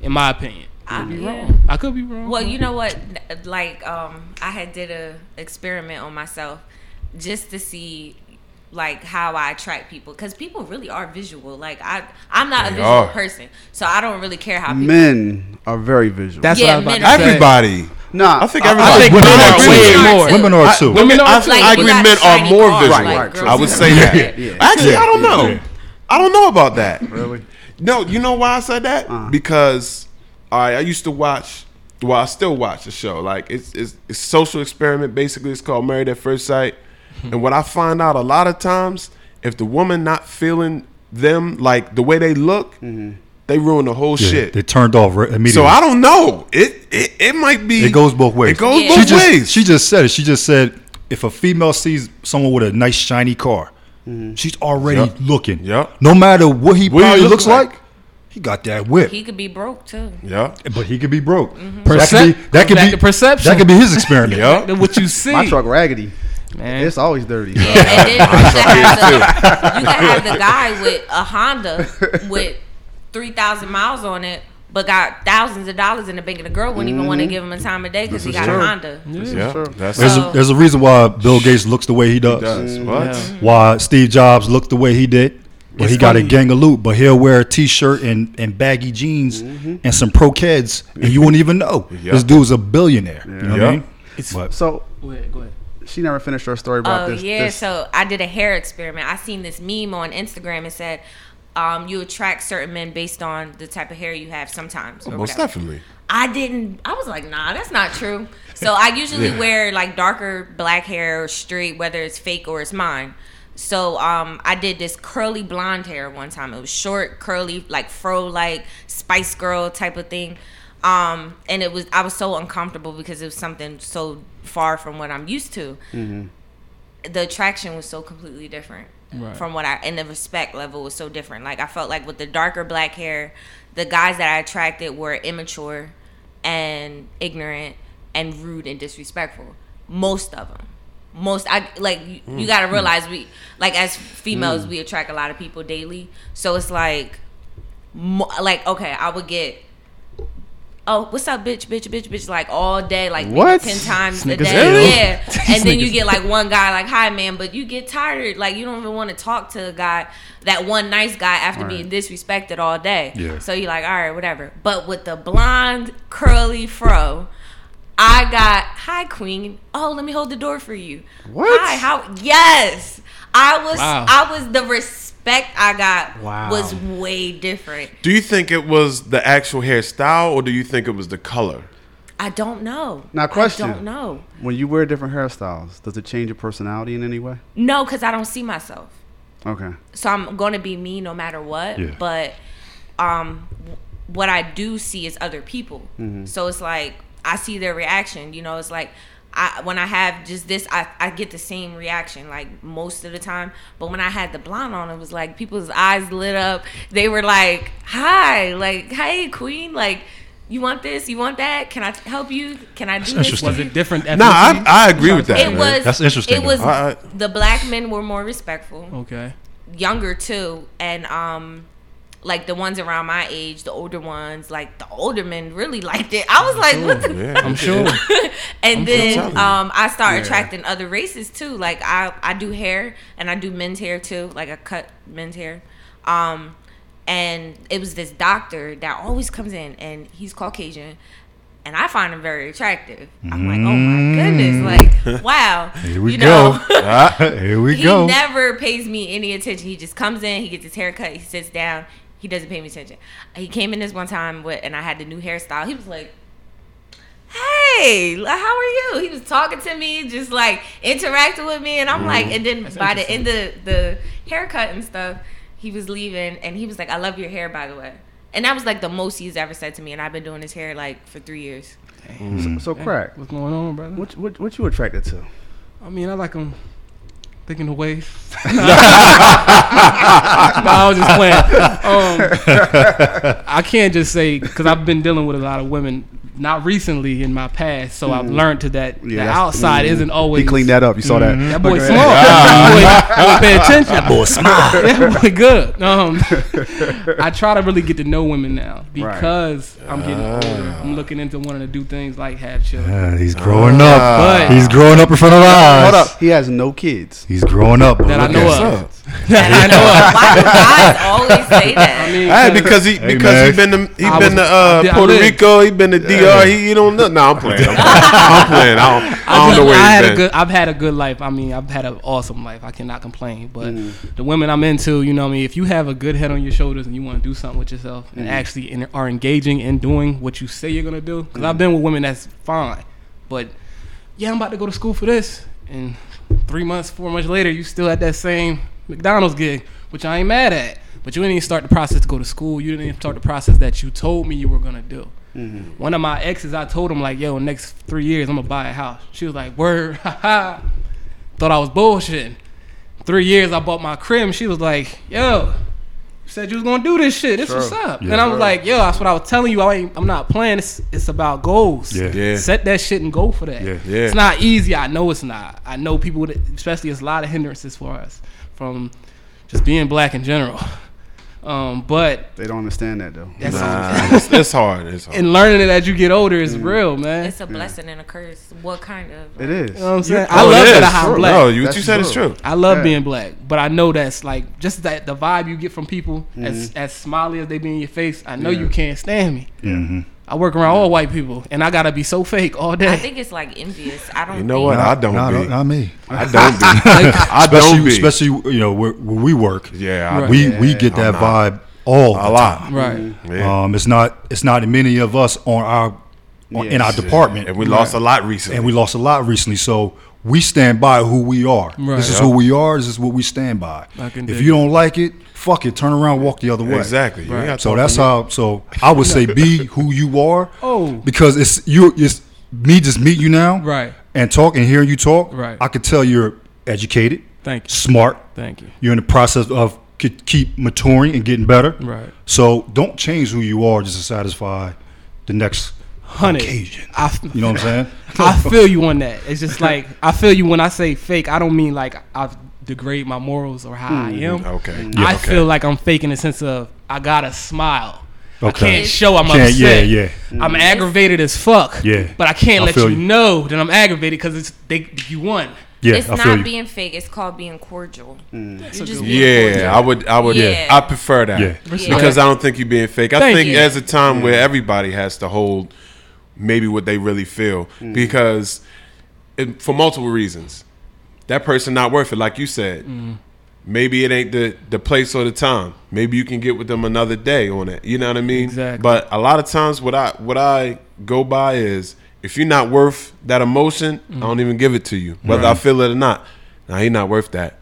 E: In my opinion,
D: I-
E: could be
D: yeah.
E: wrong. I could be wrong.
C: Mm-hmm.
D: Well, you know what? Like, um, I had did a experiment on myself just to see like how I attract people because people really are visual. Like, I I'm not a
C: They
D: visual
C: are.
D: person, so I don't really care how people.
B: Men are very visual.
E: That's
D: Yeah,
E: what I was
D: men
E: about
D: are
E: to say.
C: everybody.
B: nah.
C: I think
B: I- I
C: everybody.
E: think
F: women
E: men
F: are
E: are
F: too.
E: way
D: Women are
E: more.
D: too.
F: women are
C: I,
F: too.
C: women, I,
D: Like,
C: I
D: we
C: agree
D: got
C: men are
D: shiny
C: more
D: cars,
C: visual.
D: like,
B: Right, girls
C: I would
D: are
C: say
D: more
C: that.
D: visual.
C: Actually,
B: Yeah,
C: I don't know.
F: yeah.
C: I don't know about that.
B: really.
C: No, you know why I said that?
D: Uh-huh.
C: Because all right, I used to watch. Well, I still watch the show. Like it's it's, it's social experiment. Basically, it's called Married at First Sight.
D: Hmm.
C: and what I find out a lot of times, if the woman not feeling them like the way they look,
D: Mm-hmm.
C: they ruin the whole
F: Yeah,
C: shit.
F: They turned off re- immediately.
C: so I don't know. It, it it might be.
F: It goes both ways.
C: It goes
D: Yeah.
C: both
F: she just,
C: ways.
F: She just said it. She just said if a female sees someone with a nice shiny car,
D: Mm-hmm.
F: she's already
C: Yup.
F: looking.
C: Yup.
F: No matter what he
C: What he
F: probably
C: look
F: looks like,
C: like.
F: he got that whip.
D: He Mm-hmm. could be broke too.
C: yeah.
F: but he could be broke.
E: Percep-
F: that
E: comes
F: could be that
E: back
F: could
E: to
F: be
E: perception.
F: That could be his experiment.
C: Yeah.
E: what you see.
B: My truck raggedy.
E: man.
B: It's always dirty. so-
D: And then you can have the, you can have the guy with a Honda with three thousand miles on it, but got thousands of dollars in the bank, and the girl wouldn't even
E: Mm-hmm.
D: want to give him a time of day because he got
B: true.
D: a Honda.
C: Yeah.
B: true.
C: That's
F: There's
D: So-
F: a, there's a reason why Bill Gates looks the way he does.
C: does. What?
F: Why Steve Jobs looked the way he did. But
E: It's
F: he got
E: funny.
F: a gang of loot, but he'll wear a t-shirt and, and baggy jeans and some pro kids, and you won't even know.
C: Yeah.
F: This dude's a billionaire. You know what
C: Yeah.
F: I mean?
E: It's-
F: But-
B: So
E: Go ahead, go ahead.
B: she never finished her story about
D: Oh
B: this.
D: yeah,
B: this-
D: so I did a hair experiment. I seen this meme on Instagram. It said, um, "You attract certain men based on the type of hair you have." Sometimes, or
C: Oh, most
D: whatever.
C: definitely.
D: I didn't. I was like, "Nah, that's not true." So I usually wear like darker black hair or straight, whether it's fake or it's mine. So um, I did this curly blonde hair one time. It was short, curly, like fro, like Spice Girl type of thing. Um, and it was I was so uncomfortable because it was something so far from what I'm used to the attraction was so completely different
E: Right.
D: from what I and the respect level was so different. Like I felt like with the darker black hair, the guys that I attracted were immature and ignorant and rude and disrespectful. Most of them. Most I like you, you got to realize we like as females we attract a lot of people daily. So it's like mo- like okay, I would get Oh, what's up, bitch, bitch, bitch, bitch, like all day, like maybe
B: What?
D: ten times a
E: Niggas
D: day,
E: ill.
D: yeah. And then you
E: Niggas
D: get like one guy, like hi man, but you get tired, like you don't even want to talk to a guy, that one nice guy after being disrespected all day.
F: Yeah.
D: So you're like, all right, whatever. But with the blonde curly fro, I got hi queen. Oh, let me hold the door for you.
B: What?
D: Hi, how? Yes, I was.
E: Wow.
D: I was the respect I got
B: Wow.
D: was way different.
C: Do you think it was the actual hairstyle or do you think it was the color?
D: I don't know.
B: Now, question.
D: I don't know.
B: When you wear different hairstyles, does it change your personality in any way?
D: No, because I don't see myself.
B: Okay.
D: so I'm gonna be me no matter what.
F: Yeah.
D: But um, w- what I do see is other people.
F: Mm-hmm.
D: So it's like I see their reaction. You know, it's like I when I have just this, I, I get the same reaction like most of the time. But when I had the blonde on, it was like people's eyes lit up. They were like, "Hi, like hey, queen, like." You want this? You want that? Can I t- help you? Can I do this?
F: interesting.
D: for
E: Was
D: you?"
E: it different?
C: Nah, I,
E: ethnicity?
C: I agree with that.
D: It
C: man.
D: was.
F: That's interesting,
D: It was.
C: though. I- I-
D: the black men were more respectful
E: okay.
D: younger too and um like the ones around my age the older ones like the older men really liked it i was like what the
C: Yeah.
E: I'm sure.
D: and then
C: telling you.
D: um i started attracting other races too like i i do hair and i do men's hair too like i cut men's hair um and it was this doctor that always comes in and he's caucasian and i find him very attractive i'm like oh my goodness like wow
F: Mm. Here we
D: you
F: go. Ah,
D: know?
F: Here we
D: he
F: go.
D: never pays me any attention. He just comes in, he gets his haircut, he sits down, he doesn't pay me attention. He came in this one time with, and I had the new hairstyle. He was like, "Hey, li- how are you?" He was talking to me, just like interacting with me, and I'm like, and then by the end of the haircut and stuff, he was leaving, and he was like, "I love your hair, by the way." And that was like the most he's ever said to me, and I've been doing his hair like for three years.
B: So,
D: uh,
B: crack.
E: What's going on, brother?
B: What, what what you attracted to?
E: I mean, I like them thinking away. no, I was just playing. Um, I can't just say because I've been dealing with a lot of women, not recently in my past, so I've learned to that the
B: that's-
E: outside
B: mm.
E: isn't always. Mm-hmm.
B: He cleaned that up. You saw that.
E: That boy
B: Look at
E: smart. That boy, that boy pay attention. That boy smart. That boy good. Um, I try to really get to know women now because I'm getting older. I'm looking into wanting to do things like have children.
F: Yeah, Uh, he's growing up.
E: But
F: He's growing up in front of our
B: that.
F: eyes.
B: Hold up. He has no kids.
F: He's growing up.
E: That I
F: Look
E: know
F: at him.
E: of. That I know of.
D: Why do guys always say that?
E: I mean,
C: Hey, because he
F: Hey,
C: because he been
F: man.
C: to he
E: I
C: been
E: was-
C: to uh,
E: I did- I
C: Puerto
E: lived.
C: Rico, he been to DR. He, he don't know. No, I'm playing. I'm playing. I'm playing. I don't, I don't know
E: I
C: where he's
E: had a
C: been.
E: good. I've had a good life. I mean, I've had an awesome life. I cannot complain. But the women I'm into, you know, what I mean, if you have a good head on your shoulders and you want to do something with yourself and actually in, are engaging and doing what you say you're gonna do, because I've been with women that's fine, but yeah, I'm about to go to school for this, and three months, four months later, you still at that same McDonald's gig, which I ain't mad at. But you didn't even start the process to go to school. You didn't even start the process that you told me you were gonna do. One of my exes, I told him like, "Yo, next three years, I'm gonna buy a house." She was like, "Word, haha." Thought I was bullshitting. Three years, I bought my crib. She was like, "Yo, you said you was gonna do this shit. This what's up." and I was like, "Yo, that's what I was telling you. I ain't, I'm not playing. It's, it's about goals.
F: Yeah.
C: Yeah.
E: Set that shit and go for that.
F: Yeah.
C: Yeah.
E: It's not easy. I know it's not. I know people, that, especially, it's a lot of hindrances for us from just being black in general. Um, but
B: They don't understand that though.
E: that's
C: Nah, it's, it's hard. It's hard.
E: and learning it as you get older is real, man.
D: It's a blessing and a curse. What kind of?
B: It is.
E: You know what I'm
B: You're
E: saying?
B: correct.
E: I
F: Oh,
E: love
C: it
E: that
C: is.
E: I'm
C: True.
E: black.
C: No, you, what
B: That's
C: you said is
B: true.
C: true.
E: I love
B: Yeah.
E: being black, but I know that's like just that the vibe you get from people as
F: Mm-hmm.
E: as smiley as they be in your face. I know you can't stand me.
F: Mm-hmm.
E: I work around all white people, and I gotta be so fake all day.
D: I think it's like envious. I don't.
C: You know what?
D: think-
C: I don't
F: Nah,
C: be.
F: not, not me.
C: I don't be. I
F: Especially,
C: don't be.
F: especially you know where, where we work.
C: yeah, I,
E: Right.
F: We we get that
C: I'm not.
F: vibe all the
C: a lot.
E: right.
F: time. Um, it's not it's not many of us on our on, in our
B: Yes.
F: department,
C: And we lost a lot recently.
F: and we lost a lot recently. So we stand by who we are.
E: Right.
F: This is who we are. This is what we stand by.
E: I can
F: If
E: dig
F: you don't like it, fuck it. Turn around, walk the other way.
C: Exactly. You ain't gotta
F: So
C: talk
F: that's
C: to me.
F: how. So I would say be who you are.
E: Oh.
F: because it's you. It's me just meet you now.
E: Right.
F: And talk and hearing you talk.
E: Right.
F: I could tell you're educated.
E: Thank you.
F: Smart.
E: Thank you.
F: You're in the process of could keep maturing and getting better.
E: Right.
F: So don't change who you are just to satisfy the next
E: Honey,
F: occasion.
E: I f-
F: You know what I'm saying?
E: I feel you on that. It's just like I feel you when I say fake. I don't mean like I degrade my morals or how I
F: Mm-hmm.
E: am.
C: Okay.
E: I
F: okay.
E: feel like I'm faking the sense of I gotta smile.
F: Okay.
E: I can't show I'm
F: Can't- yeah,
E: upset.
F: yeah.
E: I'm aggravated as fuck.
F: Yeah.
E: But I can't
F: I
E: let
F: feel
E: you,
F: you.
E: know that I'm aggravated because it's they you won.
F: Yeah,
D: it's
F: I feel
D: not
F: you.
D: being fake. It's called being cordial.
E: a
G: Mm.
D: You just
E: good
D: being
C: Yeah, I would. I would.
D: Yeah.
C: I prefer that
F: Yeah.
C: because I don't think you're being fake. I
E: Thank
C: think
E: you. Mm.
C: there's a time where everybody has to hold maybe what they really feel
E: Mm.
C: because it, for multiple reasons that person not worth it like you said maybe it ain't the the place or the time maybe you can get with them another day on it you know what i mean
E: Exactly.
C: but a lot of times what i what i go by is if you're not worth that emotion i don't even give it to you whether i feel it or not now you're not worth that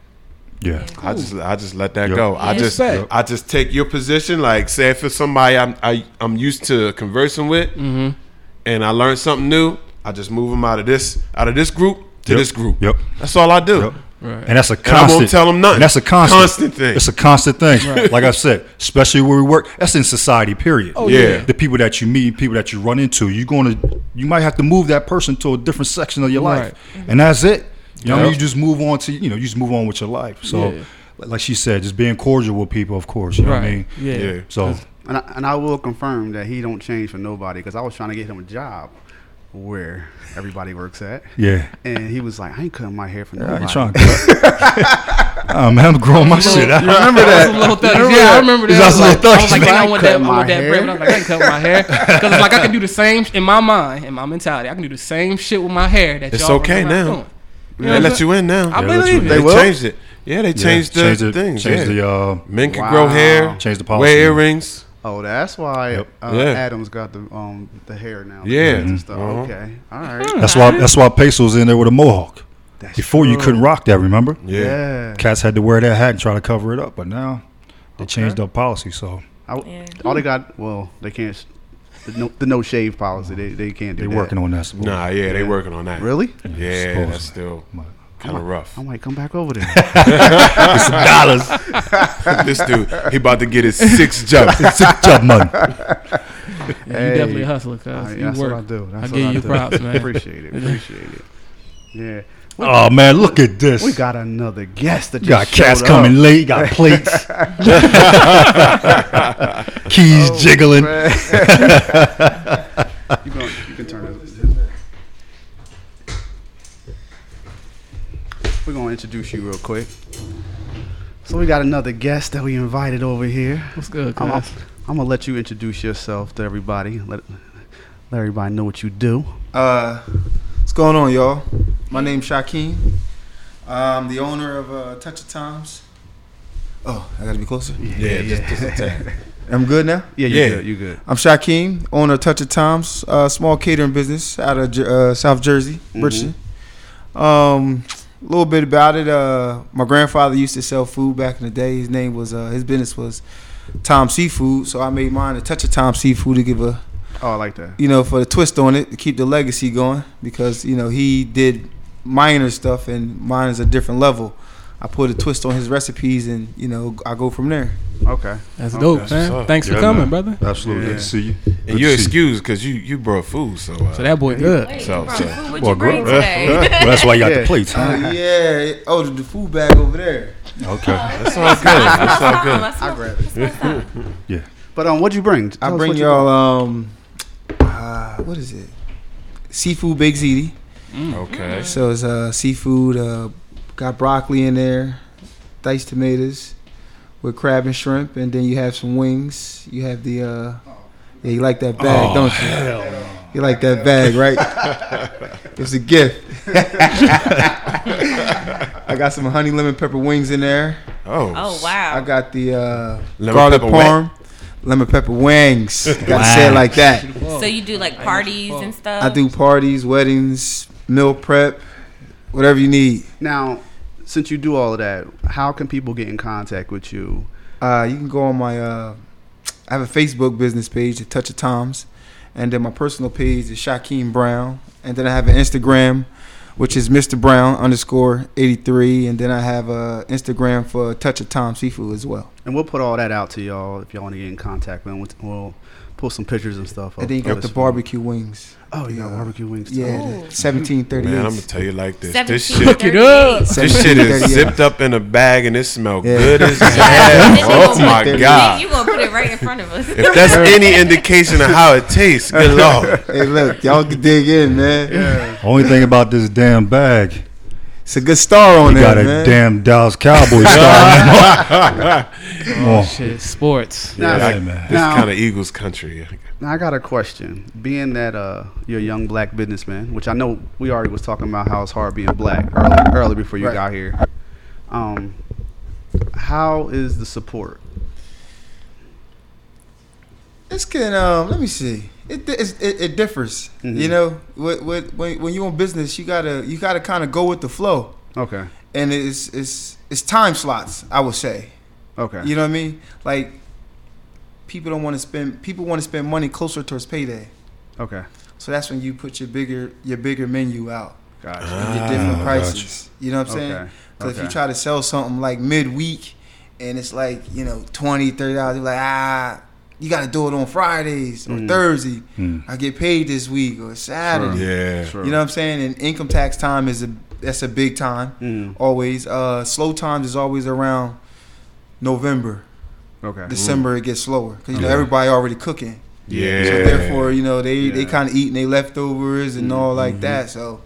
F: Yeah.
C: I just I just let that
F: Yep.
C: go. I
D: Yeah.
C: just
E: Respect.
C: I just take your position. Like say if it's somebody I'm I, I'm used to conversing with,
E: Mm-hmm.
C: and I learn something new, I just move them out of this out of this group to
F: Yep.
C: this group.
F: Yep.
C: That's all I do.
F: Yep.
E: Right.
F: And that's a
C: I won't
F: constant.
C: tell 'em nothing.
F: and that's a constant.
C: Constant thing.
F: It's a constant thing. Like I said, especially where we work. That's in society. Period. Oh
C: Yeah. yeah.
F: The people that you meet, people that you run into, you're going to, you might have to move that person to a different section of your life, and that's it. You know,
C: Yep.
F: you just move on to, you know, you just move on with your life. So,
E: Yeah.
F: li- like she said, just being cordial with people, of course. You know what I mean?
E: Right. Yeah.
C: Yeah.
F: So
B: And I, and I will confirm that he don't change for nobody because I was trying to get him a job where everybody works at.
F: yeah.
B: And he was like, I ain't cutting my hair for
F: I
B: nobody.
F: ain't trying to cut. Nah, man, I'm growing my Oh, shit out.
E: remember that. little thuggies.
F: Remember
E: yeah,
F: that.
E: I remember that.
F: These
E: I was
F: us little
E: like, I was
F: thuggies.
E: like, man, I
B: I
E: want
B: cut
E: that, I want
B: my
E: that bread.
B: hair.
E: But I was like, I can cut my hair because it's like I can do the same in my mind, in my mentality. I can do the same shit with my hair. That
C: It's
E: y'all
C: okay
E: remember I'm
C: now.
E: doing. You know
C: They
E: what I'm
C: let
E: saying?
C: you in now.
E: I
F: Yeah, let you
E: believe
F: in.
C: they
E: it.
B: They will?
C: changed it. Yeah, they
F: Yeah,
C: changed the
F: changed the
C: things.
F: changed
C: yeah.
F: the uh,
C: Men can
B: Wow.
C: grow hair.
F: Changed the policy.
C: Wear earrings.
B: Oh, that's why
F: Yep.
B: uh,
C: Yeah.
B: Adam's got the um the hair now. the
C: Yeah.
B: braids and stuff.
C: Mhm.
B: Okay. All right.
F: That's why. That's why Peso's in there with a mohawk.
B: That's
F: Before you couldn't rock that, remember?
C: Yeah.
B: Yeah.
F: Cats had to wear that hat and try to cover it up, but now they changed their policy. So
B: I,
D: Yeah.
B: All they got, well, they can't. sh- The no, the no shave policy, they, they can't do
F: they're
B: that.
F: working on that. support.
C: Nah, yeah, they working on that.
B: Really?
C: Yeah,
F: Supposedly.
C: that's still kind of rough.
B: I might come back over there.
F: It's dollars.
C: this dude, he about to get his sixth job.
F: It's a job money.
E: Yeah, you
B: Hey.
E: definitely a hustler, cuz.
B: All right,
E: you
B: that's
E: work.
B: what I do. That's
E: I give
B: what
E: you
B: do.
E: props, man.
B: appreciate it. Appreciate it. Yeah.
F: Oh man, look at this.
B: We got another guest that
F: You got
B: just
F: cats
B: showed
F: coming
B: up.
F: late. Got plates. Keys
B: Oh,
F: jiggling.
B: You, gonna, you can turn it. We're gonna introduce you real quick. So we got another guest that we invited over here.
E: What's good,
B: I'm, I'm,
E: cuz?
B: I'm gonna let you introduce yourself to everybody. Let let everybody know what you do.
G: Uh, what's going on, y'all? My name's Shaquem. I'm the owner of uh, Touch of Times. Oh, I gotta be closer.
C: Yeah, just, just a tad.
G: I'm good now.
B: Yeah, you
C: Yeah.
B: good. You good.
G: I'm Shaquem, owner of Touch of Times, uh, small catering business out of Jer- uh, South Jersey, Bridgeton. Um, a little bit about it. Uh, my grandfather used to sell food back in the day. His name was uh, his business was Tom Seafood, so I made mine a Touch of Tom Seafood to give a
B: Oh, I like that.
G: you know, for the twist on it to keep the legacy going because you know he did minor stuff and mine is a different level. I put a twist on his recipes and you know I go from there.
B: Okay.
E: That's
B: Okay.
E: dope,
C: That's what's
E: man.
C: up.
E: Thanks for
F: Yeah,
E: coming,
F: man.
E: brother.
F: Absolutely. Good
B: Yeah.
F: to see you. Good
C: And you're
F: to see you.
C: excused because you you brought food, so, uh,
E: So that boy good.
D: Wait,
C: So-
D: bro,
C: so-
D: who would
F: Well,
D: you bring
F: good.
D: today?
F: well, that's why you got
B: Yeah.
F: the plates. huh?
G: yeah. Oh, the, the food bag over there.
F: Okay.
C: that's all good. That's all good.
D: I grab it.
F: Yeah.
B: But um, what'd you bring? Tell
G: I
B: us
G: bring
B: what you
G: y'all um, uh, what is it? Seafood baked ziti.
C: Okay.
G: So it's uh seafood. Uh, got broccoli in there, diced tomatoes with crab and shrimp, and then you have some wings. You have the uh, yeah, you like that bag,
C: Oh,
G: don't you? You like that bag, right? it's a gift. I got some honey lemon pepper wings in there.
C: Oh.
D: Oh
G: I
D: wow.
G: got the uh,
C: Lemon
G: garlic
C: pepper wet?
G: parm, lemon pepper wings. Got to say it like that.
D: So you do like parties and stuff.
G: I do parties, weddings, meal prep, whatever you need.
B: Now, since you do all of that, how can people get in contact with you?
G: Uh, you can go on my. Uh, I have a Facebook business page, The Touch of Toms, and then my personal page is Shaquem Brown, and then I have an Instagram, which is Mr. Brown underscore eighty three, and then I have a Instagram for Touch of Tom Seafood as well.
B: And we'll put all that out to y'all if y'all want to get in contact. Man, we'll, we'll pull some pictures and stuff.
G: and then you
B: of
G: got the
B: this food.
G: barbecue wings.
B: Oh, you got barbecue wings. Too. Oh.
G: Yeah,
D: Ooh.
G: seventeen thirty
C: Man, I'm gonna
G: eight.
C: tell you like this. This
D: Seventeen
C: shit,
E: it up.
D: thirty-eight.
C: this shit is zipped up in a bag and it smell
G: Yeah.
C: good as
D: Then
C: hell.
D: you
C: Oh
D: gonna-
C: my
D: then
C: god!
D: You gonna put it right in front of us?
C: If that's any indication of how it tastes, good lord.
G: Hey, look, y'all can dig in, man.
F: Only thing about this damn bag
G: It's a good star on
F: You
G: there,
F: got a
G: man.
F: damn Dallas Cowboys star.
E: Oh, shit, sports.
B: Now,
F: Yeah,
C: I-
F: man.
C: This
B: Now-
C: kind of Eagles country.
B: Now I got a question. Being that uh, you're a young black businessman, which I know we already was talking about how it's hard being black early, early before you
G: Right.
B: got here. Um, how is the support?
G: It's can um. Let me see. It it's, it, it differs.
B: Mhm.
G: You know, with, with, when when you on business, you gotta you gotta kind of go with the flow,
B: Okay.
G: and it's it's it's time slots. I would say.
B: Okay.
G: You know what I mean? Like people don't want to spend people want to spend money closer towards payday.
B: Okay.
G: So that's when you put your bigger your bigger menu out.
B: Gotcha.
G: and Your different
F: Ah,
G: prices.
F: gotcha.
G: You know what I'm saying?
B: Okay.
G: So if you
B: Okay.
G: try to sell something like midweek and it's like, you know, 20, 30 dollars, you're like, ah, you gotta do it on Fridays
B: Hmm.
G: or Thursday. I get paid this week or Saturday.
C: Yeah.
B: True.
G: You know what I'm saying? And income tax time is a that's a big time.
B: Mm.
G: Always. Uh slow times is always around November.
B: Okay.
G: December it gets slower because you know everybody already cooking.
C: Yeah.
G: So therefore, you know they they
B: Yeah. Mm-hmm.
G: kind of eating their leftovers and all like that. So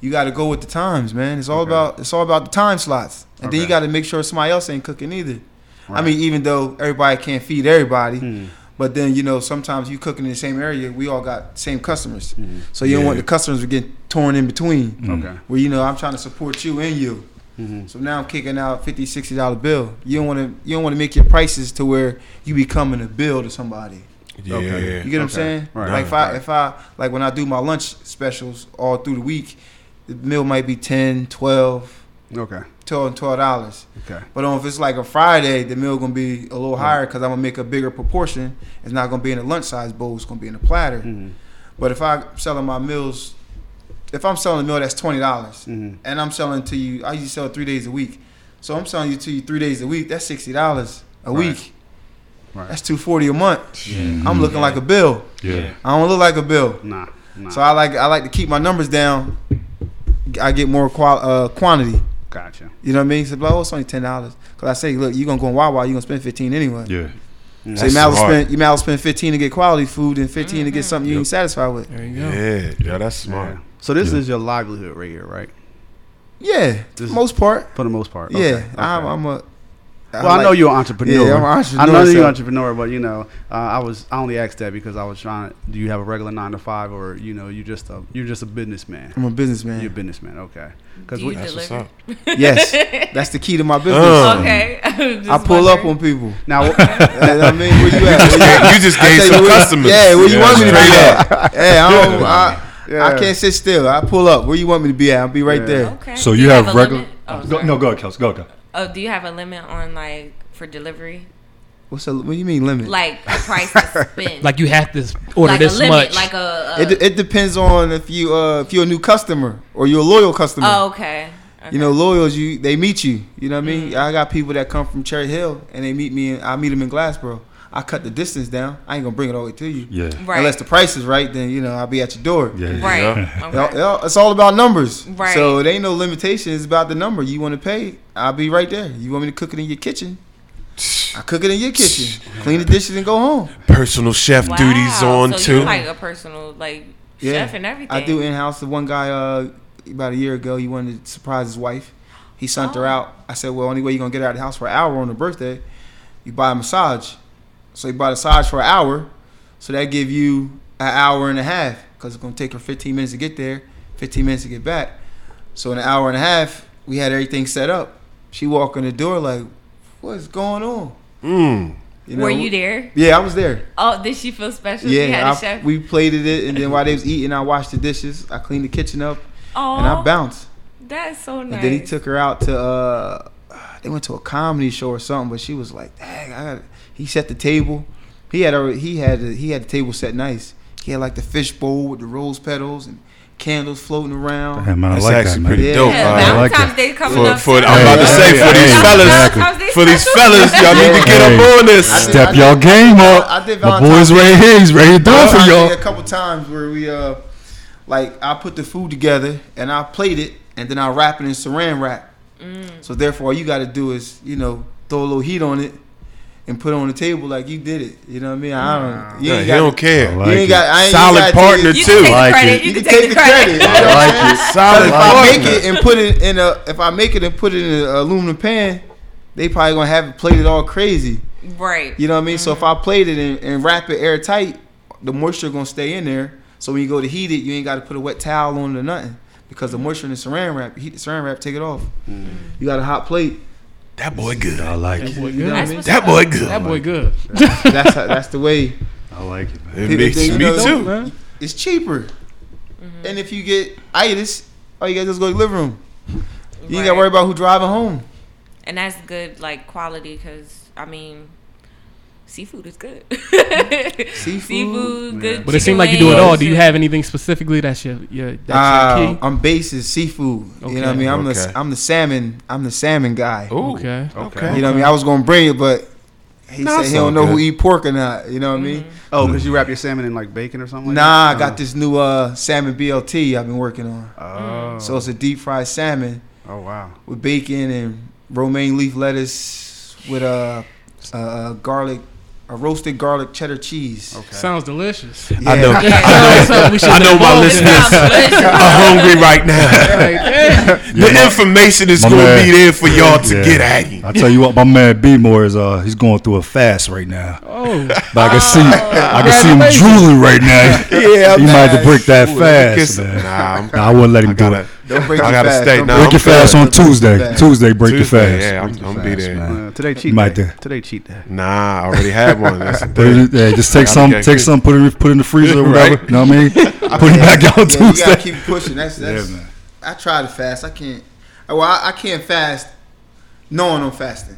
G: you got to go with the times, man. It's all
B: Okay.
G: about it's all about the time slots, and then you
B: Okay.
G: got to make sure somebody else ain't cooking either. I
B: Right.
G: mean, even though everybody can't feed everybody.
B: Mm.
G: But then you know sometimes you cooking in the same area. We all got same customers, so you don't want
C: Yeah.
G: the customers to get torn in between.
B: Hmm. Okay.
G: Where you know I'm trying to support you and you,
B: Mhm.
G: so now I'm kicking out 50 60 dollar bill. You don't want to you don't want to make your prices to where you becoming a bill to somebody.
C: Yeah.
B: Okay.
G: You get what I'm
B: Okay.
G: saying?
B: Right.
G: Like if I if I like when I do my lunch specials all through the week, the meal might be 10, 12,
B: Mm, Okay.
G: 12 and 12 dollars.
B: Okay.
G: But on if it's like a Friday, the meal gonna be a little higher because I'm gonna make a bigger proportion. It's not gonna be in a lunch size bowl. It's gonna be in a platter.
B: Mhm.
G: But if I'm selling my meals, if I'm selling a meal that's twenty dollars,
B: Mhm.
G: and I'm selling to you, I usually sell three days a week. So I'm selling you to you three days a week. That's sixty dollars a
B: Right.
G: week.
B: Right.
G: That's two forty a month. I'm looking like a bill.
F: yeah.
G: I don't look like a bill.
B: Nah. Nah.
G: So I like I like to keep my numbers down. I get more qual- uh, quantity.
B: gotcha.
G: You know what I mean? So like, oh, it's only ten dollars. Cause I say, look, you gonna go in Wawa, you gonna spend fifteen anyway.
F: Yeah.
G: So you might as well spend you might as well spend fifteen to get quality food and 15 to get something you ain't satisfied with.
E: There you go.
C: Yeah. Yeah. That's smart.
B: Yeah. So this
F: Yeah.
B: is your livelihood right here, right?
G: Yeah,
B: This-
G: most part.
B: For the most part.
G: Yeah,
B: Okay.
G: I'm,
B: Okay.
G: I'm a.
B: Well, I, know you're an entrepreneur.
G: Yeah, I'm an entrepreneur,
B: I know you're
G: so-
B: an entrepreneur, but you know, uh, I was I only asked that because I was trying. Do you have a regular nine to five, or you know, you just a you're just a businessman?
G: I'm a
B: You're a
G: businessman.
B: businessman, okay? Because
D: Do you
B: we
C: That's what's
D: deliver?
C: up.
G: yes, that's the key to my business.
C: Uh.
D: Okay. Just
G: I pull up
D: wondering.
G: on people.
B: now
G: I mean, where you at? Where you at?
C: Yeah, you just
G: I
C: gained
G: tell
C: some
G: you what-
C: customers.
G: Yeah, where you want me to be
C: Straight up.
G: at? Yeah, I, don't, I,
B: Yeah.
G: I can't sit still. I pull up. Where you want me to be at? I'll be right
B: Yeah.
G: there.
D: Okay.
F: So
D: Do
F: you have
D: a
F: regular.
D: limit? Oh,
F: Go-
D: sorry.
F: no, go ahead, Kels. Go, go.
D: Oh, do you have a limit on like for delivery?
G: What's a, what do you mean limit?
D: Like the price to spend.
E: Like you have to order
D: Like
E: this
D: a limit,
E: much.
D: like a, a
G: it, de- it depends on if you uh, if you're a new customer or you're a loyal customer.
D: Oh, okay. okay. Mm.
G: You know, loyals you they meet you. You know what I mean? I got people that come from Cherry Hill and they meet me. In, I meet them in Glassboro. I cut the distance down. I ain't gonna bring it all the way to you.
F: Yeah.
D: right.
G: Unless the price is right, then you know I'll be at your door.
F: Yeah. yeah.
D: right.
C: Yeah.
G: It all-
D: Okay.
G: it all- It's all about numbers.
D: Right.
G: So it ain't no limitation. It's about the number you want to pay. I'll be right there. You want me to cook it in your kitchen? I cook it in your kitchen. Clean the dishes and go home.
C: Personal chef duties
D: Wow.
C: on
D: so
C: too.
D: You like a personal like chef and everything.
G: I do in house. The one guy uh, about a year ago, he wanted to surprise his wife. He sent her
D: Oh.
G: out. I said, "Well, only way you gonna get her out of the house for an hour on her birthday, you buy a massage." So he bought a massage for an hour. So that give you an hour and a half because it's gonna take her 15 minutes to get there, 15 minutes to get back. So in an hour and a half, we had everything set up. She walked in the door like, "What's going on?"
C: Mm.
G: You
D: Were you there?
G: Yeah, I was there.
D: Oh, did she feel special? she had
G: Yeah,
D: a
G: I-
D: chef.
G: we plated it, and then while they was eating, I washed the dishes. I cleaned the kitchen up
D: oh,
G: and I bounced.
D: That's so nice.
G: And then he took her out to uh they went to a comedy show or something, but she was like, "Dang, I got." He set the table. He had already he had he had the table set nice. He had like the fish bowl with the rose petals and candles floating around.
F: Damn, man, I
C: That's
F: like that,
C: actually
F: man.
C: pretty
G: Yeah.
C: dope. uh,
D: Yeah,
C: man.
F: I like
D: Valentine's
F: it.
D: Day coming
C: for,
D: up.
C: for,
D: soon.
C: I'm about to say for
F: Hey,
C: these
F: hey,
C: fellas,
D: Valentine's Day
C: for these
D: special.
C: fellas, y'all need to get
F: Hey.
C: up on this.
G: I
F: Step
G: did-
F: your game up.
G: I did
F: My boy's
G: Valentine's
F: right here. He's ready to do it
G: I
F: for
G: did
F: y'all.
G: A couple times where we uh like I put the food together and I plate it and then I wrap it
D: Mm.
G: in saran wrap. So therefore, all you got to do is you know throw a little heat on it. and put it on the table like you did it. You know what I mean? I don't. You
C: Yeah,
G: ain't
C: he
G: got
C: don't
G: to-
C: care.
F: I like
G: You ain't
F: it.
G: got. I ain't you
C: Solid
G: gotta
C: partner
G: Take,
D: You
G: it-
C: Two.
D: can take the
F: Like
D: credit.
F: it.
D: You can take the credit.
G: you know what I'm saying? But
C: Solid
G: if I
C: partner.
G: make it and put it in a, if I make it and put it in an aluminum pan, they probably gonna have it plated all crazy.
D: Right.
G: You know what I mean? So if
C: Mm-hmm.
G: I plate it and, and wrap it airtight, the moisture gonna stay in there. So when you go to heat it, you ain't got to put a wet towel on it or nothing because
C: Mm-hmm.
G: the moisture in the saran wrap, you heat the saran wrap, take it off. You got a hot plate.
C: That boy good.
F: I like
E: That
F: it.
E: boy
G: You know
E: good.
G: what I
D: That's
G: mean?
D: what's
C: That
D: up.
C: boy good.
E: That boy good.
G: That's how, that's the way.
F: I like it, man.
C: It
G: People
C: makes
G: think, you
C: me
G: know,
C: too.
E: Man.
G: It's cheaper.
C: Mm-hmm.
G: And if you get itis, all you got to do is go to the living room. You ain't got to
D: Right.
G: worry about who driving home.
D: and that's good like quality because I mean, seafood is good. seafood, good.
E: But it seemed like you do it all. Do you have anything specifically that's your, your that's
C: Ah.
E: your
G: Uh,
E: key?
G: I'm basis seafood. You know what I
E: Okay.
G: mean? I'm
C: Okay.
G: the I'm the salmon. I'm the salmon guy.
C: Ooh,
E: Okay.
C: Okay.
G: You know what I mean? I was gonna bring it, but he
C: No,
G: said
C: it's
G: he don't
C: all
G: know who
C: good. Mm-hmm.
G: eat pork or not. You know what I mean?
B: Oh, because you wrap your salmon in like bacon or something. Like
G: Nah,
B: that?
G: I got this new uh, salmon BLT I've been working on.
B: Oh,
G: So it's a deep fried salmon
B: oh wow.
G: with bacon and romaine leaf lettuce with a uh, uh, garlic, a roasted garlic cheddar cheese.
B: Okay.
E: Sounds delicious.
C: I know.
E: I know, something we should
C: I know my
E: involve in.
C: listeners are hungry right now. The information is
F: My
C: going to
F: man.
C: be there for y'all to
F: Yeah.
C: get at him.
F: I tell you what, my man B More is uh he's going through a fast right now.
E: Oh,
F: But I can see I can see him drooling right now.
G: Ah. Yeah,
F: he might have to
G: man.
F: break that
C: Kiss
F: fast,
C: him.
F: man.
C: Nah, I'm-
F: Nah, I wouldn't let him
C: I
F: do
C: gotta,
F: it.
G: Don't break
C: I
G: your
C: gotta
G: fast.
C: stay.
G: Don't
C: Nah,
F: break
C: I'm
F: your fast
C: good.
F: on Tuesday.
G: fast.
F: Tuesday, break your
C: Tuesday,
F: fast.
C: Yeah, I'm,
F: Break your
C: I'm be
F: fast,
C: there.
F: man.
B: Uh, today cheat
F: You might
B: day.
F: do.
B: Today cheat day.
C: Nah, I already had one. That's the
F: Put
C: thing.
F: it, yeah, just take
C: Gotta
F: some,
C: get
F: take
C: good.
F: some, put it in, put it in the freezer or
C: Right.
F: whatever. You know what I mean? put it back out on
G: Yeah, you
F: Tuesday.
G: gotta keep pushing. That's that's.
F: Yeah, man.
G: I try to fast. I can't. uh, Well, I, I can't fast knowing I'm fasting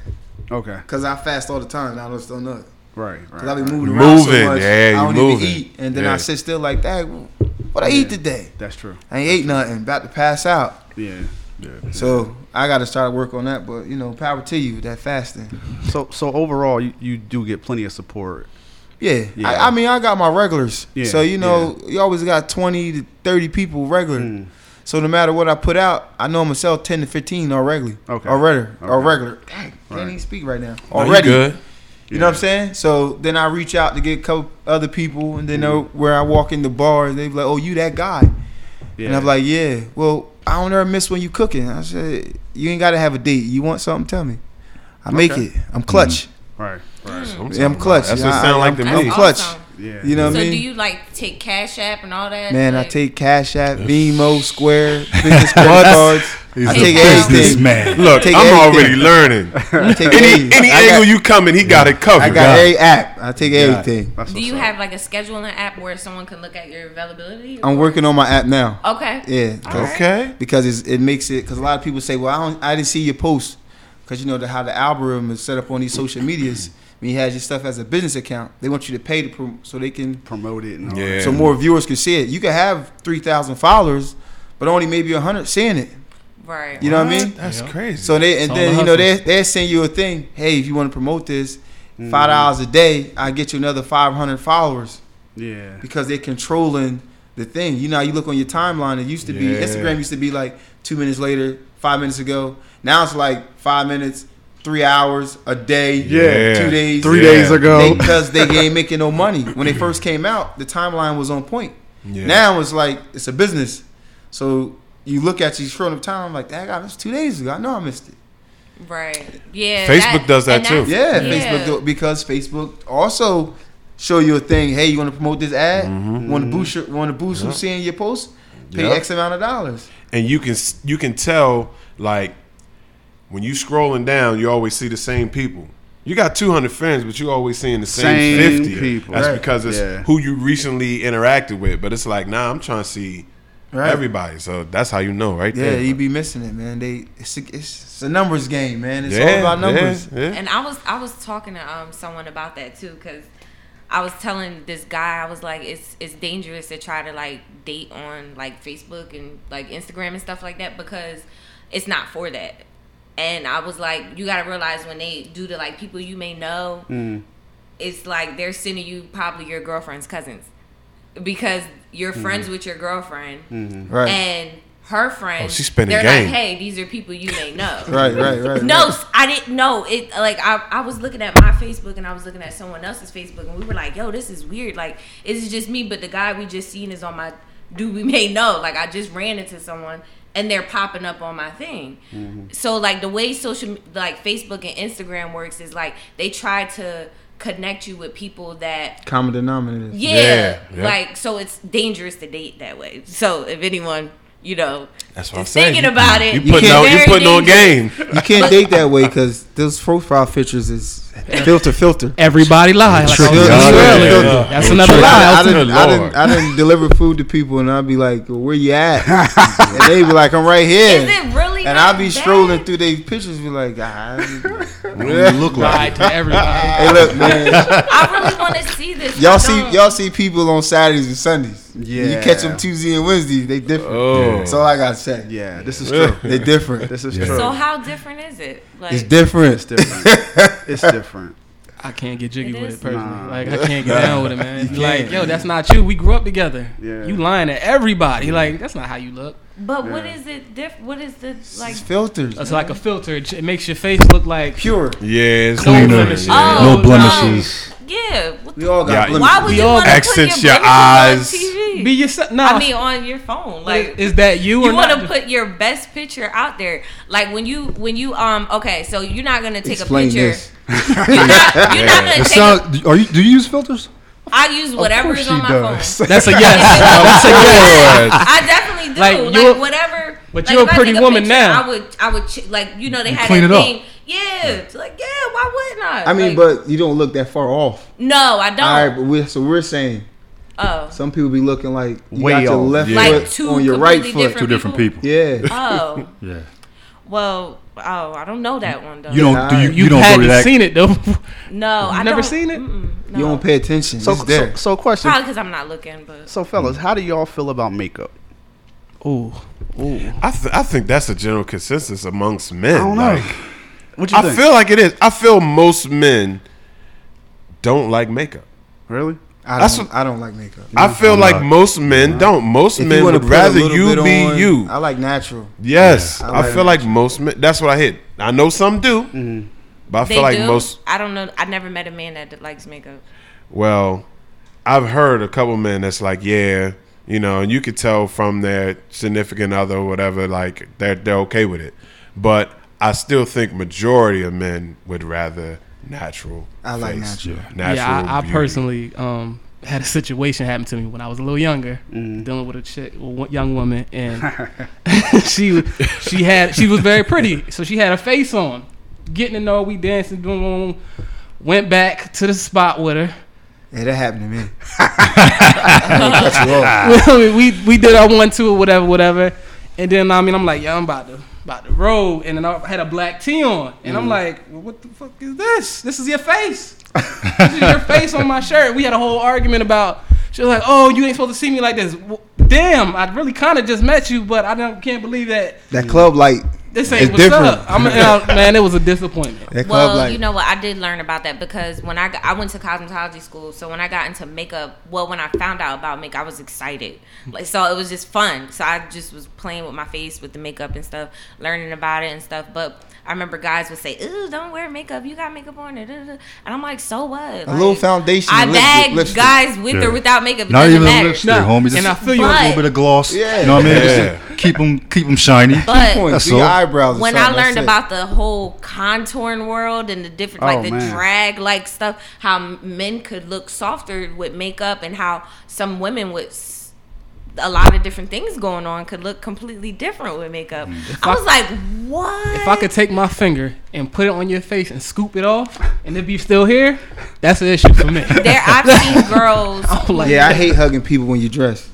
B: Okay.
G: because I fast all the time. and I just don't know it.
B: Right.
G: Cause I
B: Right.
G: be
B: right.
G: moving around
C: Moving,
G: so much.
C: yeah,
G: I
C: you
G: don't
C: moving.
G: even eat, and then
C: Yeah.
G: I sit still like that. What I eat today?
B: That's true.
G: I ain't ate nothing. About to pass out.
B: Yeah.
G: So I got to start work on that. But you know, power to you. That fasting.
B: So so overall, you, you do get plenty of support.
G: Yeah.
B: Yeah.
G: I, I mean, I got my regulars.
B: Yeah, Mm.
G: So you know, you always got twenty to thirty people regular. So no matter what I put out, I know I'm gonna sell ten to fifteen already.
B: Okay.
G: Already. Or
B: Okay.
G: regular. Dang,
B: Right.
G: can't even speak right now.
C: No, Oh, you
G: Already.
C: good.
G: You know what I'm saying? So then I reach out to get a couple other people, and then they're- where I walk in the bar, they be like, "Oh, you that guy?"
B: Yeah.
G: And I'm like, "Yeah." Well, I don't ever miss when you cooking. I said, "You ain't gotta have a date. You want something? Tell me. I make
B: Okay.
G: it. I'm clutch.
C: Mm-hmm.
B: right. Right.
D: Mm.
G: Yeah, I'm clutch.
C: That's
G: Yeah,
C: what it
G: I-
C: sound like
G: I'm-
C: to
G: I'm
C: me.
G: clutch.
B: Yeah.
G: You know
D: So
G: what I mean?
D: do you like take Cash App and all that?
G: Man, I
D: Like-
G: take Cash App, Venmo, Square, business credit cards.
F: He's
G: I
F: a
G: take everything.
F: businessman.
C: Look,
G: Take
C: I'm
G: everything.
C: already learning.
G: I take
C: Any
G: everything.
C: any
G: I got-
C: angle you come in, he got it covered.
G: I got every app. I take everything.
B: That's
D: Do
B: what's
D: you
B: up.
D: have like a scheduling app where someone can look at your availability?
G: I'm working on my app now.
D: Okay.
G: Yeah, 'cause-
C: okay.
G: because it's, it makes it because a lot of people say, "Well, I don't, I didn't see your post," because you know the, how the algorithm is set up on these social medias. When you have your stuff as a business account, they want you to pay to prom- so they can
B: promote it? And all
C: Yeah.
B: That.
G: so more viewers can see it. You can have three thousand followers, but only maybe hundred seeing it.
D: Right.
G: You know what I mean?
C: That's
E: Yeah.
C: crazy.
G: So they and
E: all
G: then
E: the
G: you know they
E: hustle.
G: they send you a thing. Hey, if you want to promote this, five dollars a day, I get you another five hundred followers
B: Yeah.
G: because they're controlling the thing. You know, how you look on your timeline. It used to be
C: Yeah.
G: Instagram used to be like two minutes later, five minutes ago. Now it's like five minutes, three hours, a day,
C: Yeah.
G: two days,
B: Three
C: Yeah.
B: days ago.
G: because they ain't making no money. When they first came out, the timeline was on point.
C: Yeah.
G: Now it's like it's a business. So you look at you short of time like that guy was two days ago. I know I missed it.
D: Right. Yeah.
C: Facebook does that
D: and
C: too.
G: Yeah,
D: that's-
G: Facebook do, because Facebook also show you a thing. Hey, you want to promote this ad? Want to boost? Your, want to boost who's seeing your post? Pay
C: Yep.
G: X amount of dollars.
C: and you can s- you can tell like when you scrolling down, you always see the same people. You got 200 friends, but you always seeing the same,
B: Same
C: 50
B: people.
C: That's
B: Right.
C: because it's
B: Yeah.
C: who you recently interacted with. But it's like, nah, I'm trying to see
G: Right.
C: everybody. So that's how you know, right
G: Yeah,
C: there.
G: you be missing it, man. They it's a, it's, it's a numbers game, man. It's all
C: Yeah,
G: about
C: yeah,
G: numbers.
C: yeah.
D: And I was I was talking to um someone about that too because I was telling this guy I was like it's it's dangerous to try to like date on like Facebook and like Instagram and stuff like that because it's not for that. And I was like, you gotta realize when they do to like people you may know,
C: Mm.
D: it's like they're sending you probably your
C: Mm-hmm.
D: girlfriend's cousins because you're friends with your girlfriend
G: Right.
D: and her friends.
C: Oh, she spinning
D: they're
C: game.
D: like, hey, these are people you may know.
G: Right, right, right.
D: No,
G: right.
D: s- I didn't know it. Like I, I was looking at my Facebook and I was looking at someone else's Facebook and we were like, "Yo, this is weird. Like, is it just me? But the guy we just seen is on my do we may know. Like, I just ran into someone and they're popping up on my thing.
C: Mm-hmm.
D: So like the way social, like Facebook and Instagram works is like they try to connect you with people that
G: Common denominator.
D: yeah,
C: Yeah, yeah.
D: like so it's dangerous to date that way. So if anyone. You know,
C: That's what
D: is
C: I'm saying.
D: Thinking about it,
C: You putting on you
D: very
C: putting on
D: dangerous.
C: game.
G: You can't date that way because those profile pictures is filter, filter.
E: Everybody lie. Like oh, I
G: Tricky.
E: was
G: Yeah,
E: saying earlier.
G: yeah, yeah.
E: That's
C: Yeah,
E: another
C: tricky.
E: lie.
G: I,
C: out to
G: didn't,
C: the
G: I,
C: Lord.
G: didn't, I didn't deliver food to people, and I'd be like, "Where you at?" and they be like, "I'm right here."
D: Is it really?
G: and
D: that
G: I'd be
D: bad?
G: strolling through their pictures, be like, ah,
F: What do you look like?
E: Lied to everybody.
G: "Hey, look, man,
D: I really want to see this. I
G: y'all see
D: don't-
G: y'all see people on Saturdays and Sundays. you
B: Yeah.
G: catch them Tuesday and Wednesday, they different.
C: Oh.
G: That's all I gotta say.
B: Yeah, this is true.
G: They different.
B: This is
C: Yeah.
B: true.
D: So how different is it? Like,
G: It's different.
B: it's different. it's different.
E: I can't get jiggy
D: It
E: with
D: is?
E: it personally.
B: Nah.
E: Like I can't get down with it, man.
G: You
E: like
G: can't.
E: yo, that's not you. We grew up together.
B: Yeah.
E: You lying to everybody. Like that's not how you look.
D: but what
B: Yeah.
D: is it? Diff- what is the like?
G: It's filters.
E: It's like a filter. It j- it makes your face look like
G: pure.
C: Yeah, it's
E: Cleaner.
C: cleaner.
E: Oh,
C: Yeah.
D: no.
F: No blemishes.
D: Yeah. What
G: We
D: the,
G: all got
C: Yeah,
G: blemishes.
D: why would
E: we
D: you
E: all-
D: want to
C: Accents
D: put your,
C: your
D: blemishes on
C: eyes.
D: TV?
E: be yourself. Nah,
D: I mean, on your phone, like.
E: is that you? or
D: you want
E: not?
D: to put your best picture out there, like when you when you um okay, so you're not gonna take
G: Explain
D: a picture.
G: this.
D: You're not, you're not gonna
F: It
D: take.
F: sound, do- are you, do you use filters?
D: a, I use whatever is on my phone.
E: That's a yes. that's a yes.
C: Yes.
D: I definitely do.
E: Like,
D: Like,
E: you're-
D: whatever.
E: but
D: like,
E: you're a
D: if I
E: pretty
D: take
E: woman
D: picture,
E: now.
D: I would I would ch- like you know they had
F: clean
D: that
F: it up.
D: thing. Yeah, it's like yeah, why wouldn't I?
G: I mean,
D: Like,
G: but you don't look that far off.
D: no, I don't.
G: All right, but we're, so we're saying
D: oh,
G: some people be looking like you
B: Way
G: got your
B: off.
G: left
C: Yeah.
G: foot
D: like two
G: on your
D: completely
G: right foot.
F: Two different people.
G: Yeah.
D: Oh,
F: Yeah.
D: well, oh, I don't know that one though.
F: You don't. Do you? You,
E: You
F: don't go to
E: hadn't
F: that.
E: seen it though.
D: No, I
E: never
D: don't-
E: seen it?
D: Mm-mm, no.
G: You don't pay attention.
B: So,
G: it's there.
B: so, so question.
D: Probably because I'm not looking, but
B: So, fellas, how do y'all feel about makeup?
E: Ooh.
C: I, th- I think that's a general consensus amongst men.
B: I don't know.
C: Like,
B: What you
C: I
B: think?
C: feel like it is. I feel most men don't like makeup.
B: really?
G: I
C: That's
G: don't,
C: what-
G: I don't like makeup.
B: Mm,
C: I feel like most men don't. Most
G: If you
C: men
G: wanna
C: would
G: put a
C: rather
G: little
C: you
G: bit
C: be
G: on,
C: you.
G: I like natural.
C: yes,
G: I
C: I,
G: like
C: feel like most men. That's what I hit. I know some do, but I
D: they
C: feel like
D: do.
C: most.
D: I don't know. I never met a man that likes makeup.
C: Well, I've heard a couple men that's like, yeah, you know, and you could tell from their significant other or whatever, like they're they're okay with it. But I still think majority of men would rather natural.
G: I like natural.
C: Natural.
E: yeah, I, I
C: beauty.
E: personally um, had a situation happen to me when I was a little younger, dealing with a chick, a wo- young woman, and she she had she was very pretty, so she had her face on. Getting to know, we dancing, boom, boom, boom. went back to the spot with her.
G: Yeah, that happened to me.
E: we we did our one two or whatever, whatever. And then I mean, I'm like, yo, I'm about to about to roll, and then I had a black tee on, and
G: Mm-hmm.
E: I'm like, well, what the fuck is this? This is your face. this is your face on my shirt. We had a whole argument about. She was like, oh, you ain't supposed to see me like this. Well, damn, I really kind of just met you, but I don't, can't believe that
G: That club light.
E: this ain't
G: It's
E: what's
G: different.
E: up. I'm, and I- man, it was a disappointment.
G: That club
D: Well,
G: light.
D: you know what? I did learn about that because when I got, I went to cosmetology school, so when I got into makeup, well, when I found out about makeup, I was excited. Like, so it was just fun. So I just was playing with my face with the makeup and stuff, learning about it and stuff. But I remember guys would say, "Ooh, don't wear makeup. You got makeup on." da, da, da." And I'm like, "So what?"
G: a little foundation.
D: I
G: and lip-
D: bag
G: lipstick.
D: guys with
F: Yeah.
D: or without makeup. It
F: Not
D: doesn't
F: even
D: matter.
F: lipstick, homie. Just
E: and I feel you.
F: a little
D: But-
F: bit of gloss.
G: Yeah.
F: You know what I mean? Just
C: Yeah.
F: to keep them keep them shiny.
D: But-
G: Points,
F: That's
G: do your
F: all.
G: eyebrows. or
D: when I
G: something, that's
D: learned
G: it.
D: about the whole contouring world and the different,
B: Oh,
D: like the
B: man.
D: drag like stuff, how men could look softer with makeup and how some women with s- a lot of different things going on could look completely different with makeup. I
E: I-
D: was like, what?
E: If I could take my finger and put it on your face and scoop it off, and it be still here, that's an issue for me.
D: there, I've seen girls.
E: I'm like,
G: yeah, I hate hugging people when you dress.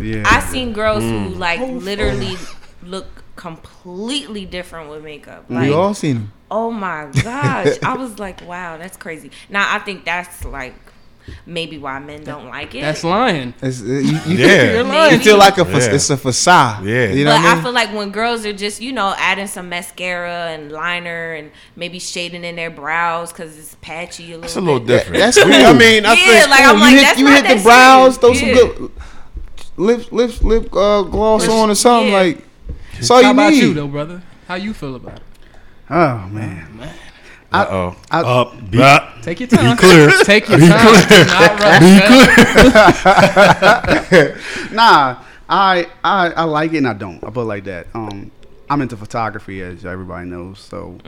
B: Yeah.
D: I've seen girls who like literally look completely different with makeup. Like,
G: We all seen them.
D: Oh my gosh. I was like, wow, that's crazy. Now I think that's like maybe why men don't like it.
E: That's lying.
G: It's, uh, you, you,
C: Yeah.
G: you feel like a fa-
C: Yeah.
G: it's a facade.
C: Yeah.
G: you know
D: but
G: what I
D: I
G: mean.
D: feel like when girls are just, you know, adding some mascara and liner and maybe shading in their brows because it's patchy a little.
C: It's a little
D: bit.
C: different.
G: That's
C: We- I
G: cool.
C: mean, I
D: Yeah,
C: think
D: like, I'm
G: you
D: like,
G: hit,
D: that's
G: you
D: not
G: hit
D: that
G: the brows,
D: serious.
G: throw
D: Yeah.
G: some good lip, lip, lip uh, gloss on or something
D: yeah.
G: like. That's all
E: How
G: you
E: about
G: need.
E: you though, brother? How you feel about it?
B: Oh man.
C: Uh oh.
F: Up, be,
E: Take your time.
F: be clear.
E: Take your time. Do not rush that.
B: Nah, I I I like it and I don't. I put it like that. Um, I'm into photography as everybody knows. So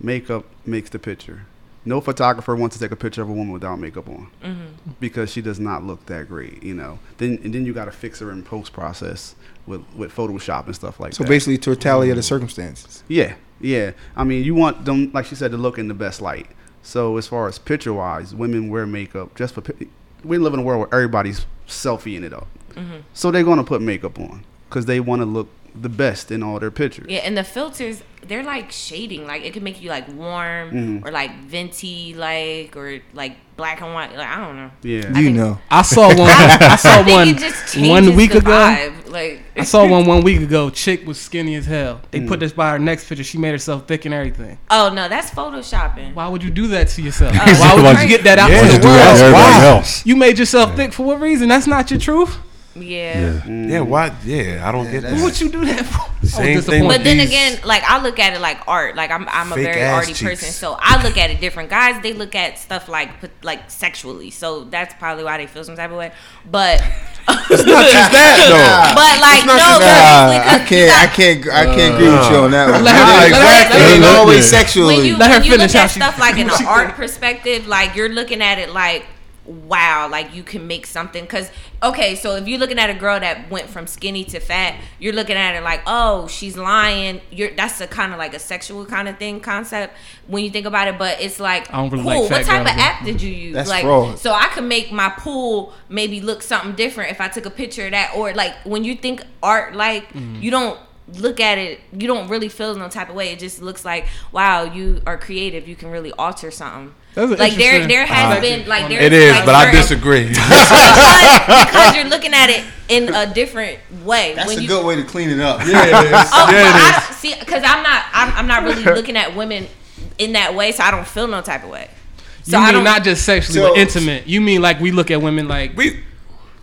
B: makeup makes the picture. No photographer wants to take a picture of a woman without makeup on because she does not look that great, you know. Then and then you got to fix her in post process with with Photoshop and stuff like
G: So
B: that.
G: basically, totality of the circumstances.
B: Yeah, yeah. I mean, you want them, like she said, to look in the best light. So as far as picture wise, women wear makeup just for. pi- We live in a world where everybody's selfieing it up,
D: Mm-hmm.
B: so they're gonna put makeup on because they want to look the best in all their pictures.
D: Yeah, and the filters they're like shading. Like it can make you like warm
E: Mm-hmm.
D: or like venti, like or like black and white. Like I don't know.
B: Yeah.
D: I
G: You
D: think-
G: know,
E: I saw one. I saw
D: I think
E: one
D: it just changes
E: one week
D: the
E: ago.
D: Vibe. Like
E: I saw one one week ago. Chick was skinny as hell.
D: Mm.
E: They put this by her next picture. She made herself thick and everything.
D: oh no, that's photoshopping.
E: Why would you do that to yourself?
D: Oh,
E: Why would
D: right.
E: you get that out
F: Yeah,
E: to
F: just
E: the
F: do that to
E: world?
F: everybody
E: Why?
F: else.
E: You made yourself thick for what reason? That's not your truth.
D: Yeah.
C: Yeah, why? Yeah, I don't get that.
E: Who would you do that for?
C: Same
E: I
C: thing
E: was disappointed.
D: But then
C: these
D: again, like I look at it like art. Like I'm, I'm a
C: fake
D: very
C: ass
D: arty
C: cheeks.
D: person, so I look at it different. Guys, they look at stuff like put- like sexually, so that's probably why they feel some type of way. But it's
C: not just that though.
D: But like no,
G: Nah,
D: seriously,
G: I
D: 'cause
G: can't, I can't, I can't agree with you on that one.
E: Let her-
G: Nah,
E: let her-
G: exactly.
E: let her-
G: Ain't
F: let her-
G: always
F: yeah.
D: when
G: sexually.
D: you,
E: Let her
D: when you
E: finish
D: look
E: how
D: at
E: she-
D: stuff like in
E: what she
D: an
E: said.
D: art perspective, like you're looking at it like, wow, like you can make something. Because okay, so if you're looking at a girl that went from skinny to fat, you're looking at it like, oh, she's lying. You're that's a kind of like a sexual kind of thing concept when you think about it. But it's like,
E: I don't really
D: cool.
E: like fat
D: what type
E: girls,
D: of
E: though.
D: app did you use?
G: That's
D: like,
G: fraud.
D: so I could make my pool maybe look something different if I took a picture of that. Or like when you think art, like
C: Mm-hmm.
D: you don't look at it, you don't really feel no type of way. It just looks like wow, you are creative. You can really alter something.
E: That's an
D: Like there,
E: interesting
D: there has
E: perspective
D: been like
E: on
D: there
C: It is,
D: like,
C: but I
D: certain-
C: disagree.
D: because, because you're looking at it in a different way.
G: That's
D: when
G: a
D: you,
G: good way to clean it up.
D: Oh,
C: Yeah, it
D: well,
C: is.
D: I, see, because I'm not, I'm, I'm not really looking at women in that way, so I don't feel no type of way. So
E: you
D: I
E: mean
D: don't
E: not just sexually,
G: So-
E: but intimate. You mean like we look at women like
C: We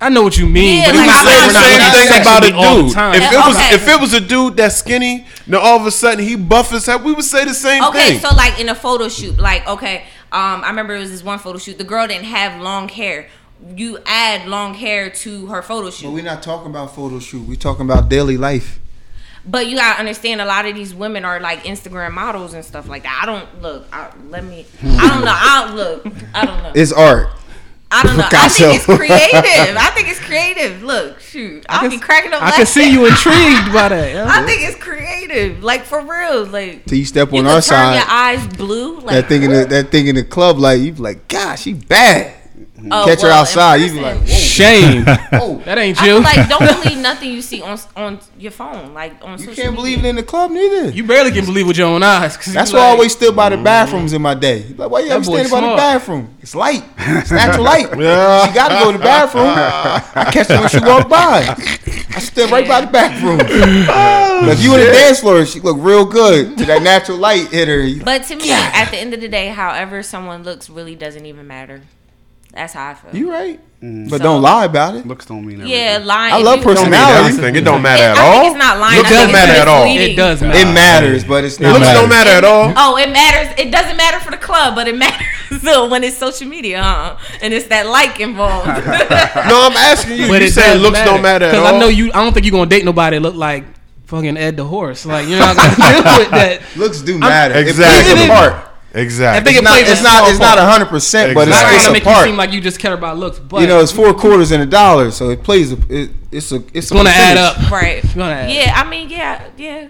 E: I know what you mean.
D: Yeah,
E: but
D: like,
E: we
D: I
E: say
D: mean,
E: we're
C: same, same
E: not looking
C: thing
E: sexually
C: about a
E: all the
C: dude.
E: time.
C: If it was
D: Okay.
C: if it was a dude that's skinny, now all of a sudden he buff as hell, we would say the same
D: Okay,
C: thing.
D: so like in a photo shoot, like okay, um, I remember it was this one photo shoot. The girl didn't have long hair. You add long hair to her photo shoot,
G: But
D: but,
G: we're not talking about photo shoot. We're talking about daily life.
D: you gotta understand a lot of these women are like Instagram models and stuff like that. I don't look. I, let me. I don't know. I don't look. I don't know.
G: It's art.
D: I don't know.
G: Picasso.
D: I think it's creative. I think it's creative. Look, shoot, I'll be cracking up.
E: I can see you
D: laughing.
E: intrigued by that. yeah.
D: I think it's creative. Like for real. Like
G: Till you step
D: you
G: on
D: could
G: our
D: turn
G: side,
D: your eyes blue. Like
G: that thing in the, that thing in the club, like you be like, God, she bad.
D: oh,
G: Catch her
D: well, in
G: outside, you be
D: person,
G: like,
E: Shame.
G: whoa.
E: that ain't
D: I feel
E: you.
D: like don't believe nothing you see on on your phone, like on
G: You
D: social. media.
G: can't believe it in the club neither.
E: you barely can believe with your own eyes. 'cause you
G: That's
E: like, mm-hmm.
G: why I always stood by the bathrooms in my day. Like, why you always
E: boy
G: standing by the
E: smart.
G: bathroom? It's light. It's natural light. She gotta go to the bathroom. I catch her when she walk by. I stood right by the bathroom. Like, if you in the dance floor, she look real good. That natural light hit her. You
D: But to me, at the end of the day, however someone looks really doesn't even matter. That's how I feel.
G: You right.
E: Mm.
G: But don't lie about it.
B: Looks don't mean everything.
D: yeah, lying.
G: I
D: if
G: love
D: you-
C: Don't mean
G: personality.
C: everything. It don't matter
D: I
C: at
D: think
C: all.
D: it's not lying.
C: Looks
D: I think
C: don't
D: it's
C: matter at all.
D: misleading.
E: It does matter.
G: It matters, but it's not.
C: Looks don't matter at all.
D: Oh, it matters. It doesn't matter for the club, but it matters so when it's social media, huh? And it's that like involved.
C: No, I'm asking you.
E: But
C: you
E: it
C: say
E: does
C: looks don't matter at all.
E: Because I know you. I don't think you're gonna date nobody that look like fucking Ed the horse. Like you're not gonna deal with that.
G: Looks do matter.
C: Exactly.
G: It plays a part.
C: Exactly.
E: I think it
G: Not-
E: plays.
G: it's
E: a
G: not.
E: small
G: It's not
E: part.
G: hundred percent, but
E: Not
C: Exactly.
G: it's,
E: trying to
G: it's a
E: make you
G: part.
E: seem like you just care about looks, but
G: you know, it's four quarters and a dollar, so it plays. A, it, it's a. It's,
E: it's gonna add up.
D: right.
E: gonna-
D: Yeah, I mean, yeah, yeah.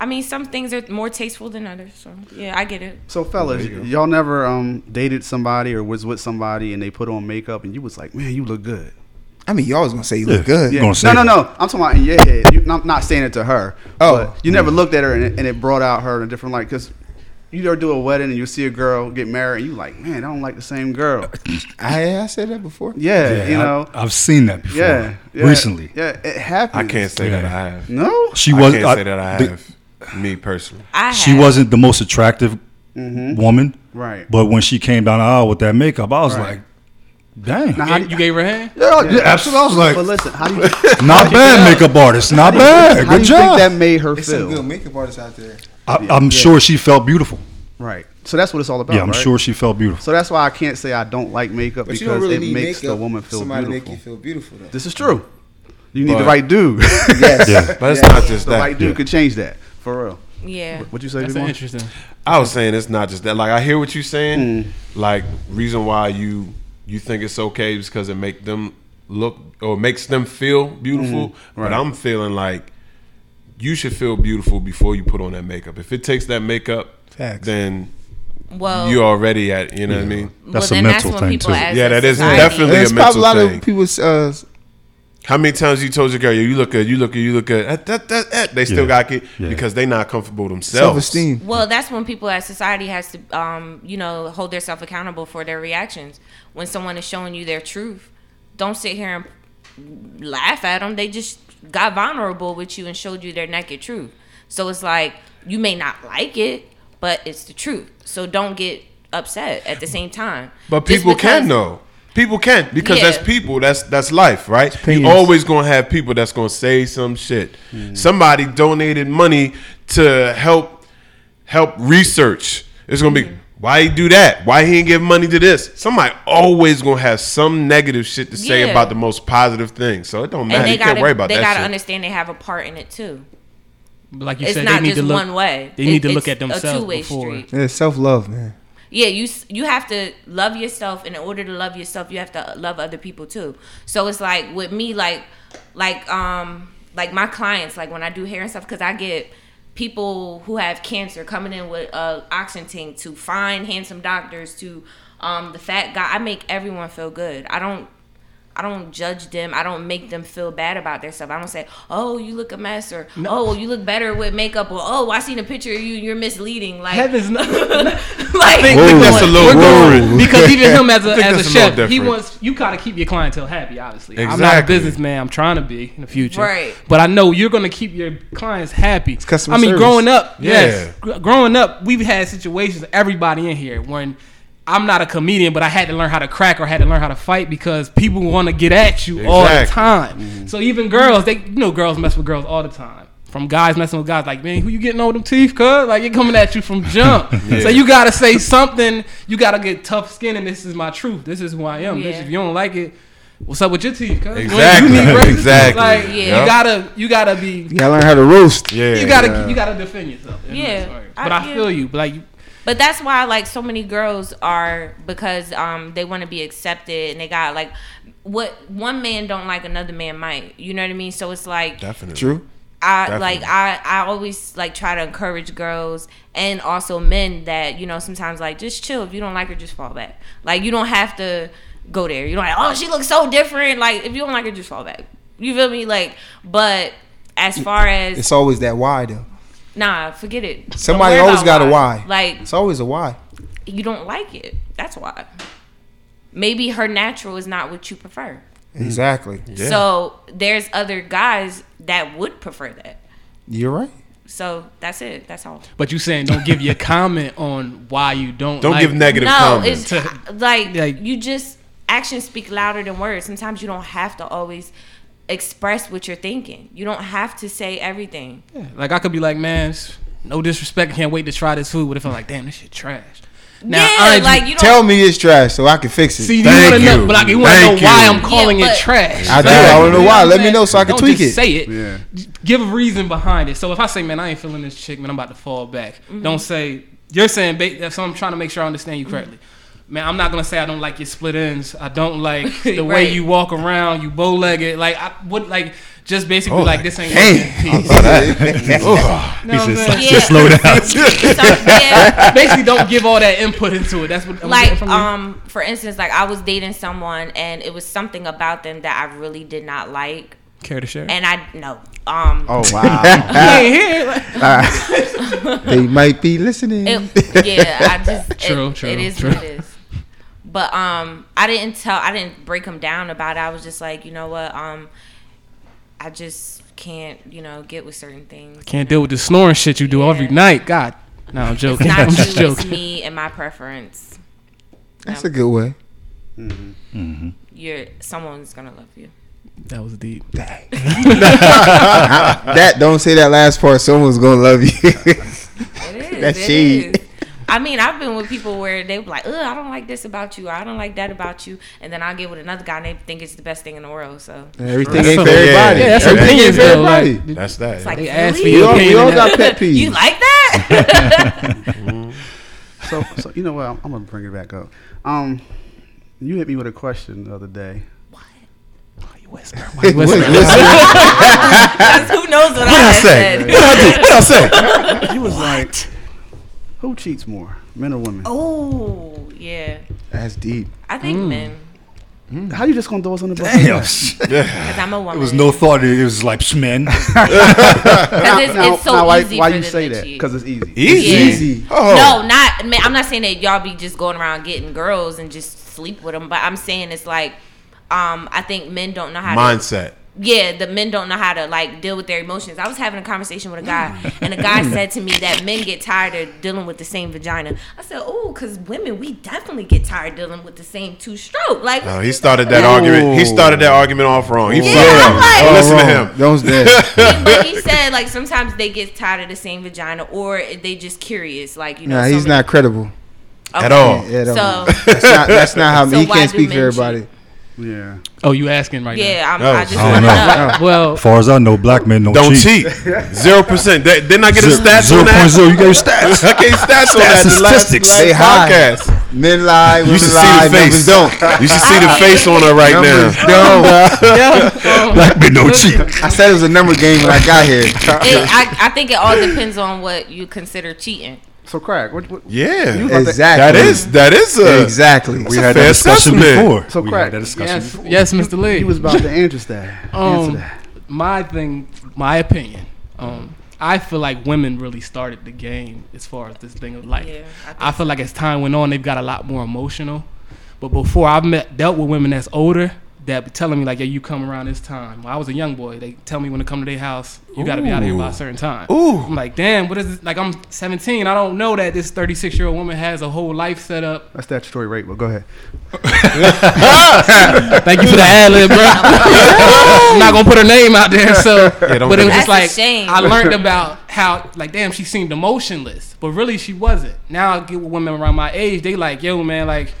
D: I mean, some things are more tasteful than others. So yeah, I get it.
B: So fellas, y'all never um dated somebody or was with somebody and they put on makeup and you was like, man, you look good.
G: I mean, you always gonna say you look good.
F: Yeah. gonna say
B: no, no,
F: that.
B: no. I'm talking about in your head. You, I'm not saying it to her.
G: Oh.
B: but you
F: Mm.
B: never looked at her and it, and it brought out her in a different light because you ever do a wedding and you see a girl get married and you like, man, I don't like the same girl.
G: I, I said that before.
B: Yeah,
F: Uh, Yeah,
B: you
F: I-
B: know.
F: I've seen that before.
B: yeah, yeah,
F: recently.
B: Yeah, it happens.
C: I can't say that
F: Yeah.
C: I have.
B: No.
F: She
C: I
F: was.
C: can't
F: I-
C: say that I
F: the-
C: have. Me personally.
D: I
F: she
D: have.
F: wasn't the most attractive woman,
B: Right.
F: but when she came down the aisle with that makeup, I was
B: Right.
F: like, Damn.
B: Now,
F: Yeah,
B: how do
E: You gave her a hand?
F: yeah, absolutely. I was
B: But
F: like,
B: listen, how do you,
F: not bad, makeup artist. Not bad.
B: how do
F: Good
B: you think that
F: job.
B: made her
G: It's some good
B: feel?
G: makeup artists out there.
F: I, I'm sure she felt beautiful.
B: Right. So that's what it's
C: Oh,
B: all about.
F: Yeah, I'm
B: right?
F: sure she felt beautiful.
B: So that's why I can't say I don't like makeup
G: But you
B: because
G: don't really
B: it
G: need
B: makes
G: makeup
B: the woman
G: for
B: feel
G: somebody to
B: beautiful.
G: make you feel beautiful though.
B: This is true. You need the
C: But-
B: right dude.
G: Yes.
F: Yeah.
C: But it's
G: Yeah.
C: not just
B: the
C: that.
B: right dude could change that. For real.
D: Yeah.
B: What you say,
E: That's
B: B-Mo?
E: an interesting.
C: I was saying it's not just that. Like I hear what you're saying. Like reason why you you think it's okay is because it make them look or makes them feel beautiful. But I'm feeling like you should feel beautiful before you put on that makeup. If it takes that makeup,
F: Facts.
C: then
D: Well,
C: you're already at. You know what I mean?
F: That's a
D: well, then
F: mental
D: that's
F: thing,
D: when people
F: too.
D: As
C: Yeah,
D: a
C: that is
D: society-
C: definitely
G: There's
C: a mental
G: probably a lot
C: thing.
G: of people. Uh,
C: How many times you told your girl, "Yo, you look good, you look good, you look good," eh, that, that, that, they still
F: Yeah.
C: got it
F: Yeah.
C: because they not comfortable themselves.
G: self-esteem.
D: Well, that's when people as society has to, um, you know, hold themselves accountable for their reactions. When someone is showing you their truth, don't sit here and laugh at them. They just got vulnerable with you and showed you their naked truth. So it's like you may not like it, but it's the truth. So don't get upset at the same time.
C: But
D: Just
C: people can
D: because-
C: though. People can because
D: Yeah.
C: that's people. That's that's life, right? You
G: opinions.
C: always gonna have people that's gonna say some shit.
E: Hmm.
C: Somebody donated money to help help research. It's gonna
D: Hmm.
C: be why he do that? Why he ain't give money to this? Somebody always gonna have some negative shit to say
D: Yeah.
C: about the most positive thing. So it don't matter.
D: And they
C: You
D: gotta,
C: can't worry about
D: they
C: that
D: gotta
C: shit.
D: understand they have a part in it too.
E: But Like you
D: It's
E: said,
D: not
E: they need
D: just
E: to look
D: one way.
E: They need
D: It-
E: to look
D: it's
E: at
D: a
E: themselves
D: two-way
E: before.
D: street.
G: Yeah, self-love, man.
D: Yeah, you s- you have to love yourself, and in order to love yourself, you have to love other people too. So it's like with me, like like um like my clients, like when I do hair and stuff, because I get people who have cancer coming in with uh, oxygen tank to find handsome doctors to um the fat guy. I make everyone feel good. I don't I don't judge them. I don't make them feel bad about their stuff. I don't say, "Oh, you look a mess," or "Oh, well, you look better with makeup," or "Oh, I seen a picture of you. You're misleading." Like,
E: Heaven's not.
D: like,
C: I think that's a
E: We're
C: little
E: going-
C: different.
E: because even him as a,
C: I think
E: as a
C: that's a little
E: chef, he
C: different.
E: wants you gotta keep your clientele happy. Obviously, I'm not a
C: Exactly.
E: businessman. I'm trying to be in the future,
D: Right.
E: But I know you're gonna keep your clients happy.
G: customer
E: I mean,
G: service.
E: growing up,
C: Yeah.
E: yes, Gr- growing up, we've had situations. Everybody in here when. I'm not a comedian, but I had to learn how to crack or had to learn how to fight because people want to get at you all the
C: Exactly.
E: time.
C: Mm-hmm.
E: So even girls, they you know girls mess with girls all the time. From guys messing with guys, like man, who you getting on them teeth, cuz? Like it coming at you from jump. So you gotta say something. You gotta get tough skin, and this is my truth. This is who I am. Bitch,
D: Yeah.
E: if you don't like it, what's up with your teeth, cuz?
C: Exactly.
E: You braces.
C: Exactly.
E: Like
D: Yeah.
E: you gotta, you gotta be,
G: You gotta learn how to roast.
C: yeah,
E: you gotta, you gotta defend yourself.
D: Yeah.
E: But
D: I-
E: I feel you. But like,
D: But that's why like so many girls are because um they want to be accepted and they got like what one man don't like another man might. You know what I mean? So it's like
C: definitely
G: True.
D: I
C: Definitely.
D: like I I always like try to encourage girls and also men that you know sometimes like just chill if you don't like her just fall back like you don't have to go there you don't like oh she looks so different like if you don't like her just fall back you feel me like but as far as
G: It's always that why though.
D: nah forget it Don't
G: Somebody
D: worry
G: always
D: about
G: got a why.
D: like
G: It's always a why.
D: you don't like it that's why maybe her natural is not what you prefer
G: Exactly.
C: Yeah.
D: so there's other guys that would prefer that
G: You're right.
D: so that's it that's all
E: but you saying don't give your comment on why you don't.
C: Don't
E: like
C: give negative
D: No,
C: comments.
D: it's like,
E: Like-
D: you just actions speak louder than words. Sometimes you don't have to always express what you're thinking. You don't have to say everything.
E: Like I could be like, man, s- no disrespect, I can't wait to try this food. But if I'm like, damn, this shit trash. Now,
D: yeah,
E: I
D: like you don't
G: Tell me it's trash so I can fix it.
E: see, you
C: Thank
E: want to know,
C: you.
E: but like you want to know
C: Thank
E: why
C: you.
E: I'm calling
D: Yeah,
E: it
D: but-
E: trash.
G: I do.
C: Exactly.
G: I want to know why.
E: You
G: Let
E: what
G: me
E: I'm
G: know so
E: saying?
G: I can
E: Don't
G: tweak
E: just
G: it.
E: Say it.
B: Yeah.
E: J- Give a reason behind it. So if I say, man, I ain't feeling this chick, man, I'm about to fall back.
D: Mm-hmm.
E: Don't say you're saying. Ba- so I'm trying to make sure I understand you correctly. Man, I'm not gonna say I don't like your split ends. I don't like the way
D: Right.
E: you walk around. You bow legged. Like I would like just basically
C: Oh,
E: like
C: like,
E: this ain't.
G: damn.
E: working.
C: Ugh.
E: You know what I'm saying?
D: Yeah.
F: Just slow down.
D: So, yeah,
E: basically don't give all that input into it. That's what I'm getting
D: like
E: from you.
D: um for instance, like I was dating someone and it was something about them that I really did not like
E: care to share.
D: and I no. Um
B: Oh wow.
G: They might be listening.
D: It- yeah, I just it-
E: True, true,
D: It is
E: true.
D: what it is. But um, I didn't tell. I didn't break him down about it. I was just like, you know what? Um, I just can't, you know, get with certain things.
E: Can't deal with the snoring shit you do every
D: Yeah.
E: night. God, no, I'm joking.
D: Not
E: I'm
D: you,
E: just
D: it's
E: joking.
D: me and my preference.
G: That's a good way.
D: you're someone's gonna love you.
E: That was deep.
G: that don't say that last part. Someone's gonna love you.
D: It is.
G: That's
D: it
G: shade.
D: is. I mean, I've been with people where they were like, "Ugh, I don't like this about you. I don't like that about you," and then I get with another guy and they think it's the best thing in the world. So
G: Everything
E: That's
G: ain't for
E: some-
G: everybody.
E: Yeah, that's
C: some
G: Everything ain't
E: opinions
G: for
E: though.
G: everybody.
E: Like,
C: That's that.
D: it's like,
E: They asked for
D: really?
G: we
E: your
G: all, we
E: opinion.
G: all
E: and
G: got pet peeves.
D: You like that?
B: So, so you know what? I'm, I'm gonna bring it back up. Um, you hit me with a question the other day.
E: that- Listen,
G: Wait, listen,
D: Because who knows what, I,
C: I
D: had
C: say?
D: said?
C: What I do? What I say?
B: You was like, "Who cheats more, men or women?"
D: Oh, yeah.
B: That's deep.
D: I think men,
B: How you just gonna throw us on the bus?
F: Damn, shit.
D: because I'm a woman.
F: It was no thought. It was like man.
D: 'Cause it's,
B: Now,
D: it's so
B: now why,
D: easy
B: why
D: for
B: you
D: them
B: say
D: to
B: that?
D: cheat.
B: Because it's easy.
C: Easy.
D: Yeah.
B: Easy.
C: Oh.
D: No, not. man, I'm not saying that y'all be just going around getting girls and just sleep with them, but I'm saying it's like, um, I think men don't know how to
C: Mindset.
D: yeah, the men don't know how to like deal with their emotions. I was having a conversation with a guy, and a guy said to me that men get tired of dealing with the same vagina. I said, "Oh, because women, we definitely get tired dealing with the same two stroke." Like,
C: No, he started that argument. He started that argument off wrong. He
D: Yeah,
C: fucked
D: I'm
C: up.
D: like-
C: Don't listen to
G: Oh, Wrong.
C: him.
G: Those dead.
D: but he said like sometimes they get tired of the same vagina, or they just curious, like you know.
G: Nah, he's
D: somebody-
G: not credible
C: At all.
G: at all.
D: So
G: that's not, that's not how
D: So
G: he
D: why
G: can't
D: do
G: speak for
D: men
G: everybody.
D: cheat?
B: Yeah.
E: oh, you asking right now?
D: yeah, I'm,
C: No,
D: I just
C: I
F: don't
D: brought it
F: know.
D: up.
E: Well,
F: As far as I know, black men don't,
C: Don't cheat. Zero percent. That- Didn't I get a
F: Zero-
C: stats on that?
F: 0.0, you got your stats.
C: I gave stats on that.
F: Stats and
C: the last-
F: statistics.
C: last
G: They high.
C: podcast.
G: Men lie,
C: You
G: women
C: should see
G: lie,
C: the face.
G: numbers don't.
C: You should see the face on her right
G: Numbers
C: now.
G: don't.
F: Black men don't cheat.
G: I said it was a number game when I got here.
D: It, I, I think it all depends on what you consider cheating.
B: So, crack. What, what, You
C: Yeah,
B: about to-
G: Exactly.
C: that is that is a
G: exactly.
C: We had that discussion before.
B: So,
F: we
B: crack.
F: had that discussion
E: yes,
F: before.
E: yes, Mr. Lee.
B: He was about to answer that. answer
E: um,
B: that.
E: my thing, my opinion. Um, I feel like women really started the game as far as this thing of like.
D: Yeah, I think
E: I, feel like as time went on, they've got a lot more emotional. But before I met, dealt with women that's older that be telling me like, "Yeah, you come around this time." When I was a young boy, they tell me when to come to their house, you got to be out of here by a certain time.
C: Ooh.
E: I'm like, damn, what is this? Like, I'm 17. I don't know that this 36 year old woman has a whole life set up.
B: That's statutory rape, but go ahead.
E: Thank you for the ad lib, bro. I'm not gonna put her name out there. So,
C: don't
E: but it
C: do
D: that.
E: was just
D: That's a
E: like
D: shame.
E: I learned about how, like, damn, she seemed emotionless, but really she wasn't. Now I get with women around my age, they like, yo, man, like,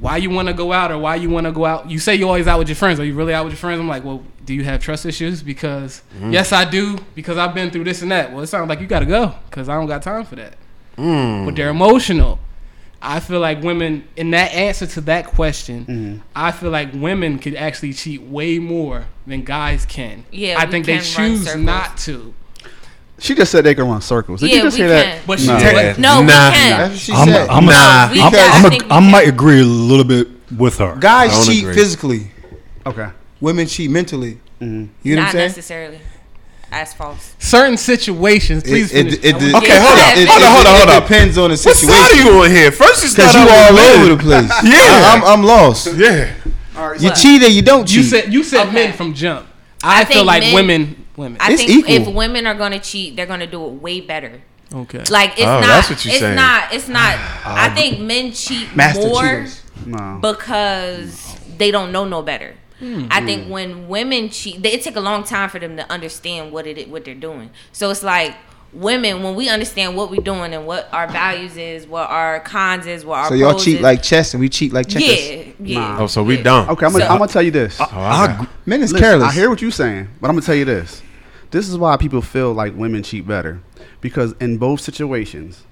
E: why you want to go out or why you want to go out? You say you always out with your friends. Are you really out with your friends? I'm like, well, do you have trust issues? Because
G: Mm-hmm.
E: yes, I do. Because I've been through this and that. Well, it sounds like you gotta go because I don't got time for that.
G: Mm.
E: But they're emotional. I feel like women in that answer to that question,
G: Mm-hmm.
E: I feel like women could actually cheat way more than guys can.
D: Yeah,
E: I
D: we
E: think they
D: can run
E: choose
D: circles.
E: not to.
B: She just said they can run circles. Did
D: Yeah,
B: you just
D: we
B: hear
D: can.
B: that?
E: But she
B: No.
E: tech-
C: Yeah.
D: No, we
C: Nah.
D: can.
G: That's what she
F: I'm,
G: said.
F: I'm,
C: Nah.
F: I'm, I'm
D: I
F: a,
D: think we
F: I
D: can.
F: might agree a little bit with her.
C: I
G: Guys
C: don't
G: cheat
C: agree.
G: physically.
B: Okay.
G: Women cheat mentally. You know
D: Mm-hmm. Not
G: what I'm saying?
D: necessarily. That's false.
E: Certain situations, please.
G: It- it-
E: finish.
G: it-
E: I was-
G: it-
C: Okay, hold up,
D: It-
C: hold up, hold up,
G: it
C: hold up.
G: depends on the
C: What side are
G: situation.
C: you on here? First you start
G: Because you
C: out
G: all
C: with
G: over the
C: women.
G: place.
C: Yeah.
G: I- I'm, I'm lost.
C: Yeah,
G: You cheat or you don't cheat.
E: you said you said
D: Okay.
E: men from jump. I,
D: I
E: feel
D: think
E: like
D: men-
E: women, women.
D: I
G: It's
D: think
G: equal.
D: if women are gonna cheat, they're gonna do it way better.
E: okay.
D: Like it's
C: Oh,
D: not.
C: that's what you're
D: it's
C: saying.
D: not. It's not. I think men cheat
G: Master
D: more
G: cheaters.
B: No.
D: because they don't know no better. I think when women cheat, they, it take a long time for them to understand what it what they're doing. So it's like women when we understand what we're doing and what our values is, what our cons is, what our
G: So y'all
D: pros
G: cheat
D: is.
G: like chess and we cheat like checkers.
D: yeah, yeah.
C: Oh, so we
D: yeah.
C: dumb.
B: Okay, I'm gonna,
D: So-
B: I'm gonna tell you this.
C: I agree.
G: Men is
B: Listen,
G: careless.
B: I hear what you're saying, but I'm gonna tell you this. This is why people feel like women cheat better, because in both situations,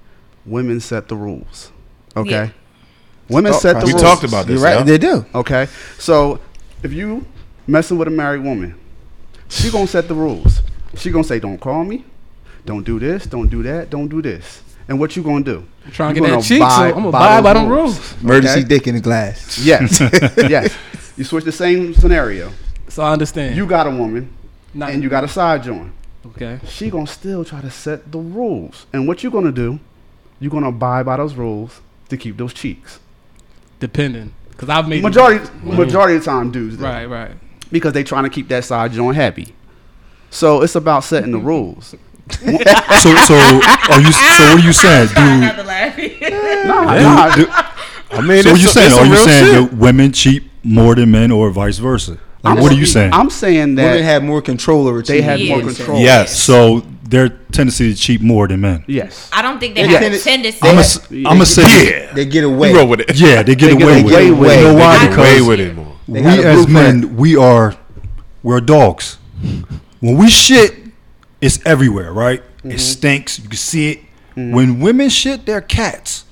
B: women set the rules. Okay,
D: Yeah.
B: women
G: Thought
B: set the
G: process.
C: We
B: rules.
C: talked about
G: You're
C: this.
G: right.
C: yeah.
G: They do.
B: Okay, so if you messing with a married woman, she gonna set the rules. She gonna say, "Don't call me, don't do this, don't do that, don't do this." And what you gonna do?
E: trying
B: You
E: to get that
B: gonna
E: cheek, so
B: abide
E: I'm gonna
B: by
E: abide by
B: those
E: them rules.
G: Emergency
B: okay?
G: dick in the glass.
B: Yes, yes. You switch the same scenario.
E: So I understand.
B: You got a woman,
E: Not-
B: and you got a side joint.
E: okay.
B: she gonna still try to set the rules. And what you gonna do? You gonna abide by those rules to keep those cheeks.
E: Depending, because I've made
B: Majority,
F: Mm-hmm.
B: majority of the time, dudes, do,
E: Right, right.
B: Because they trying to keep that side joint happy. So it's about setting the rules.
F: So, so are you? So what are you saying? Do
D: Another laugh.
B: Nah,
F: do,
B: nah,
F: do,
C: I mean,
F: So what
C: it's
F: you
C: a-
F: saying?
C: it's a
F: Are you
C: real
F: saying
C: shit.
F: that women cheat more than men, or vice versa? Like,
B: I'm
F: what are you
B: s-
F: saying?
B: I'm saying that
G: Women had more control over
B: they had
G: TV
B: more
G: than men.
B: control.
C: Yes.
F: so their tendency to cheat more than men.
B: Yes.
D: I don't think they
G: They
D: have
G: tend
D: a
G: to-
D: tendency.
F: I'm gonna I'm say,
C: Yeah.
G: They get
C: You
G: away.
C: roll with it.
F: yeah, they get
B: They get
F: away with
B: away
F: it.
B: with
F: You know
B: it.
F: why?
C: They get
F: Because
C: away with it more.
G: They
F: we
G: got a
F: as
G: blueprint.
F: men, we are we're dogs. When we shit, it's everywhere, right?
G: Mm-hmm.
F: It stinks. You can see it. When women shit, they're cats.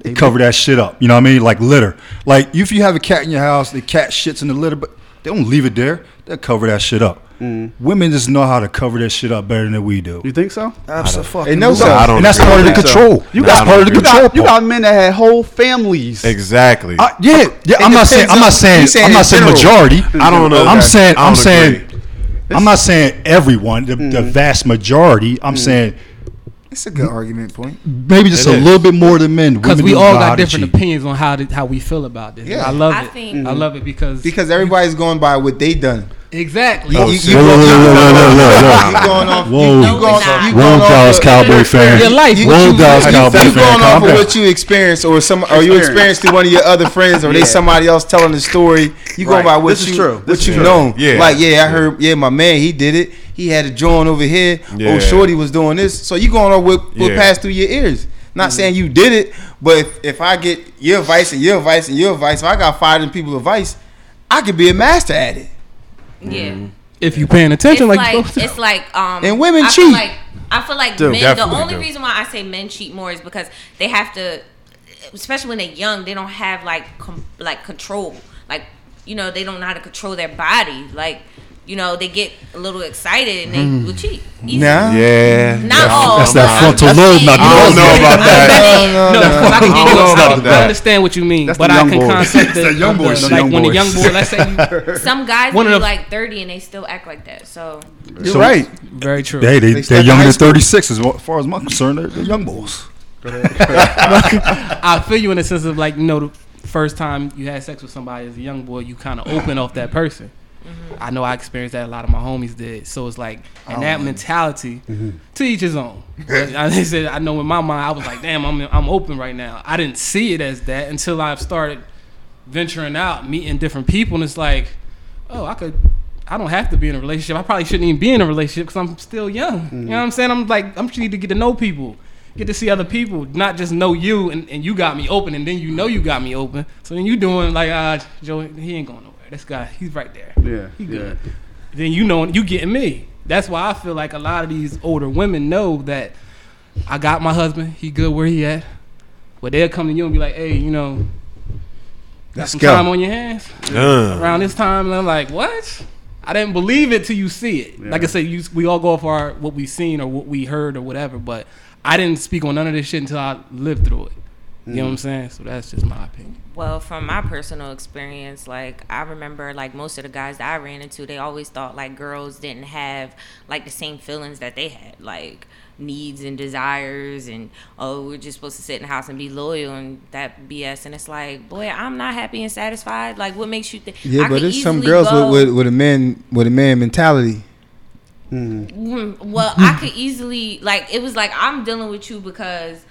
F: They cover that shit up. You know what I mean? Like litter. Like if you have a cat in your house, the cat shits in the litter, but they don't leave it there. They cover that shit up.
G: Mm.
F: Women just know how to cover that shit up better than we do.
B: You think so?
G: They know
C: So I
G: something.
C: don't
F: And that's
C: agree
F: part of the
C: with that.
F: control.
C: You
F: that's
C: got-
F: part of the
C: you
B: You
F: control.
B: got, you got men that had whole families.
C: Exactly.
F: I, yeah, yeah. I'm
G: It
F: not
G: depends
F: saying. I'm
G: on-
F: not saying.
G: you saying
F: I'm
G: in
F: not saying
G: general.
F: majority.
C: I don't know
F: I'm
C: that.
F: saying.
C: I
F: I'm
C: don't
F: saying.
C: agree.
F: I'm not saying everyone. The, the vast majority. I'm saying
G: It's a good argument point.
F: maybe just
C: It
F: a
C: is.
F: little bit more than men.
E: Because
F: Women
E: we
F: do
E: all
F: know how
E: got
F: to
E: different
F: cheat.
E: opinions on how to, how we feel about this.
G: Yeah.
E: I love
D: I
E: it.
D: think-
E: I love it because
G: Because everybody's going by what they done.
E: exactly.
C: Oh,
G: you-
C: shit.
G: you-
F: Whoa, whoa, whoa, whoa, whoa, whoa,
G: You going off?
F: whoa.
G: You, you
D: No,
G: going
D: it's not.
G: off? You
F: Wrong
G: going
F: Dallas
G: off? of-
F: Cowboy fan.
E: Your life.
G: You-
F: Wrong
G: you-
F: Dallas
C: you-
F: Cowboy
G: You
C: Hey,
F: fan.
G: going off
F: Calm
G: of
F: down.
G: what you experienced, or some, or you
B: Experience.
G: experienced through one of your other friends, or they
B: Yeah.
G: somebody else telling the story. You going
B: Right.
G: by what
B: This is
G: you,
B: true. This
G: what
B: is
G: you
B: true.
G: know.
C: Yeah.
G: Like, yeah, I heard. Yeah, my man, he did it. He had a joint over here.
C: Yeah.
G: Oh, shorty was doing this. So you going off what, what
C: Yeah.
G: passed through your ears? Not saying you did it, but if, if I get your advice and your advice and your advice, if I got five of people's advice, I could be a master at it.
D: yeah.
E: if you paying attention, like, you
D: it's like, it's like um
G: And women
D: I feel
G: cheat.
D: like I feel like
C: Dude,
D: men the
C: definitely
D: only
C: do.
D: reason why I say men cheat more is because they have to especially when they're young, they don't have like com- like control. Like you know, they don't know how to control their body. Like you know, they get a little excited and they will cheat. Easy.
G: Nah.
C: yeah.
D: Not all.
F: That's that
D: but
F: frontal
D: I'm
F: lobe
D: saying-
F: knocking.
C: I don't know about that.
D: No,
E: No,
D: no,
E: I, can
C: no,
E: give you
C: no,
E: a-
C: no,
E: I-
C: no,
E: I
C: no.
E: understand what you mean,
B: That's
E: but
B: the
E: I
B: young
E: can
B: boys.
E: concept
F: That's
E: the
F: the young
E: of the-
F: boys, the
E: like
F: young
E: when a
F: boys.
E: young boy, let's say, you,
D: Some guys
E: One
D: One
E: of the-
D: like 30 and they still act like that. So
G: You're right.
E: very true.
F: Hey, they,
G: They
F: they're
G: step in
F: younger
G: high
F: than
G: school.
F: 36 as wa- far as I'm concerned. They're, they're young bulls.
E: I feel you in the sense of like you know the first time you had sex with somebody as a young boy, you kind of open off that person. I know I experienced that. A lot of my homies did. So it's like, and that mentality, to each his own. I they said, I know in my mind, I was like, damn, I'm I'm open right now. I didn't see it as that until I started venturing out, meeting different people, and it's like, oh, I could. I don't have to be in a relationship. I probably shouldn't even be in a relationship because I'm still young. You know what I'm saying? I'm like, I'm just need to get to know people, get to see other people, not just know you and, and you got me open, and then you know you got me open. So then you doing like, ah, Joe, he ain't going nowhere. This guy, he's right there
B: Yeah. Yeah.
E: then you know you getting me. That's why I feel like a lot of these older women know that I got my husband. He good where he at. But they'll come to you and be like, "Hey, you know, got
G: Let's
E: some
G: go.
E: time on your hands
C: Uh,
E: around this time." And I'm like, "What? I didn't believe it till you see it." Like I
B: Yeah.
E: said, you, we all go off our what we seen or what we heard or whatever. But I didn't speak on none of this shit until I lived through it. You
G: Mm.
E: know what I'm saying? So that's just my opinion.
D: Well, from my personal experience, like I remember, like most of the guys that I ran into, they always thought like girls didn't have like the same feelings that they had, like needs and desires, and oh, we're just supposed to sit in the house and be loyal and that BS. And it's like, boy, I'm not happy and satisfied. Like, what makes you think?
G: Yeah, but there's some girls with, with with a man with a man mentality.
D: Mm, well, I could easily like it was like I'm dealing with you because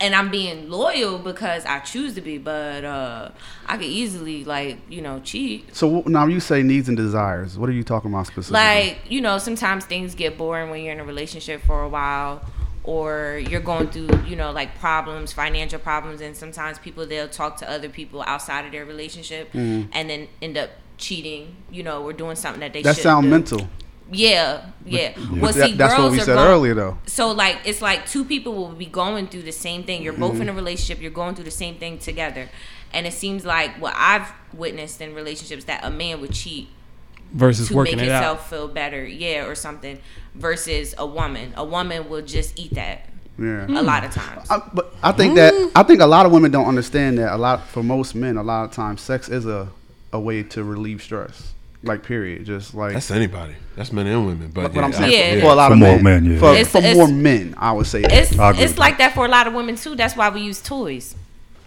D: and I'm being loyal because I choose to be, but uh I could easily like, you know, cheat.
B: So wh- now you say needs and desires. What are you talking about specifically?
D: Like, you know, sometimes things get boring when you're in a relationship for a while or you're going through, you know, like problems, financial problems and sometimes people they'll talk to other people outside of their relationship
B: Mm-hmm.
D: and then end up cheating, you know, or doing something that they
B: that
D: shouldn't
B: sound
D: do.
B: mental.
D: Yeah, yeah. Well,
B: That-
D: see,
B: that's what
D: girls
B: we
D: are
B: said
D: going-
B: earlier, though.
D: so like it's like two people will be going through the same thing you're
B: Mm-hmm.
D: both in a relationship you're going through the same thing together and it seems like what i've witnessed in relationships that a man would cheat
E: Versus
D: to make
E: working it
D: himself
E: out.
D: feel better yeah or something versus a woman a woman will just eat that
B: Yeah.
D: a lot of times
B: I, but I think
D: Mm.
B: that I think a lot of women don't understand that a lot for most men a lot of times sex is a a way to relieve stress. Like period, just like
C: that's anybody. That's men and women. But,
B: but I'm
C: yeah,
B: saying
D: Yeah.
B: for, for a lot
F: For
B: of
F: more
B: men,
F: men, yeah.
B: for,
D: It's-
B: for
D: it's-
B: more men, I would say that.
D: it's
F: I agree
D: it's
F: with
D: like that for a lot of women too that's why we use toys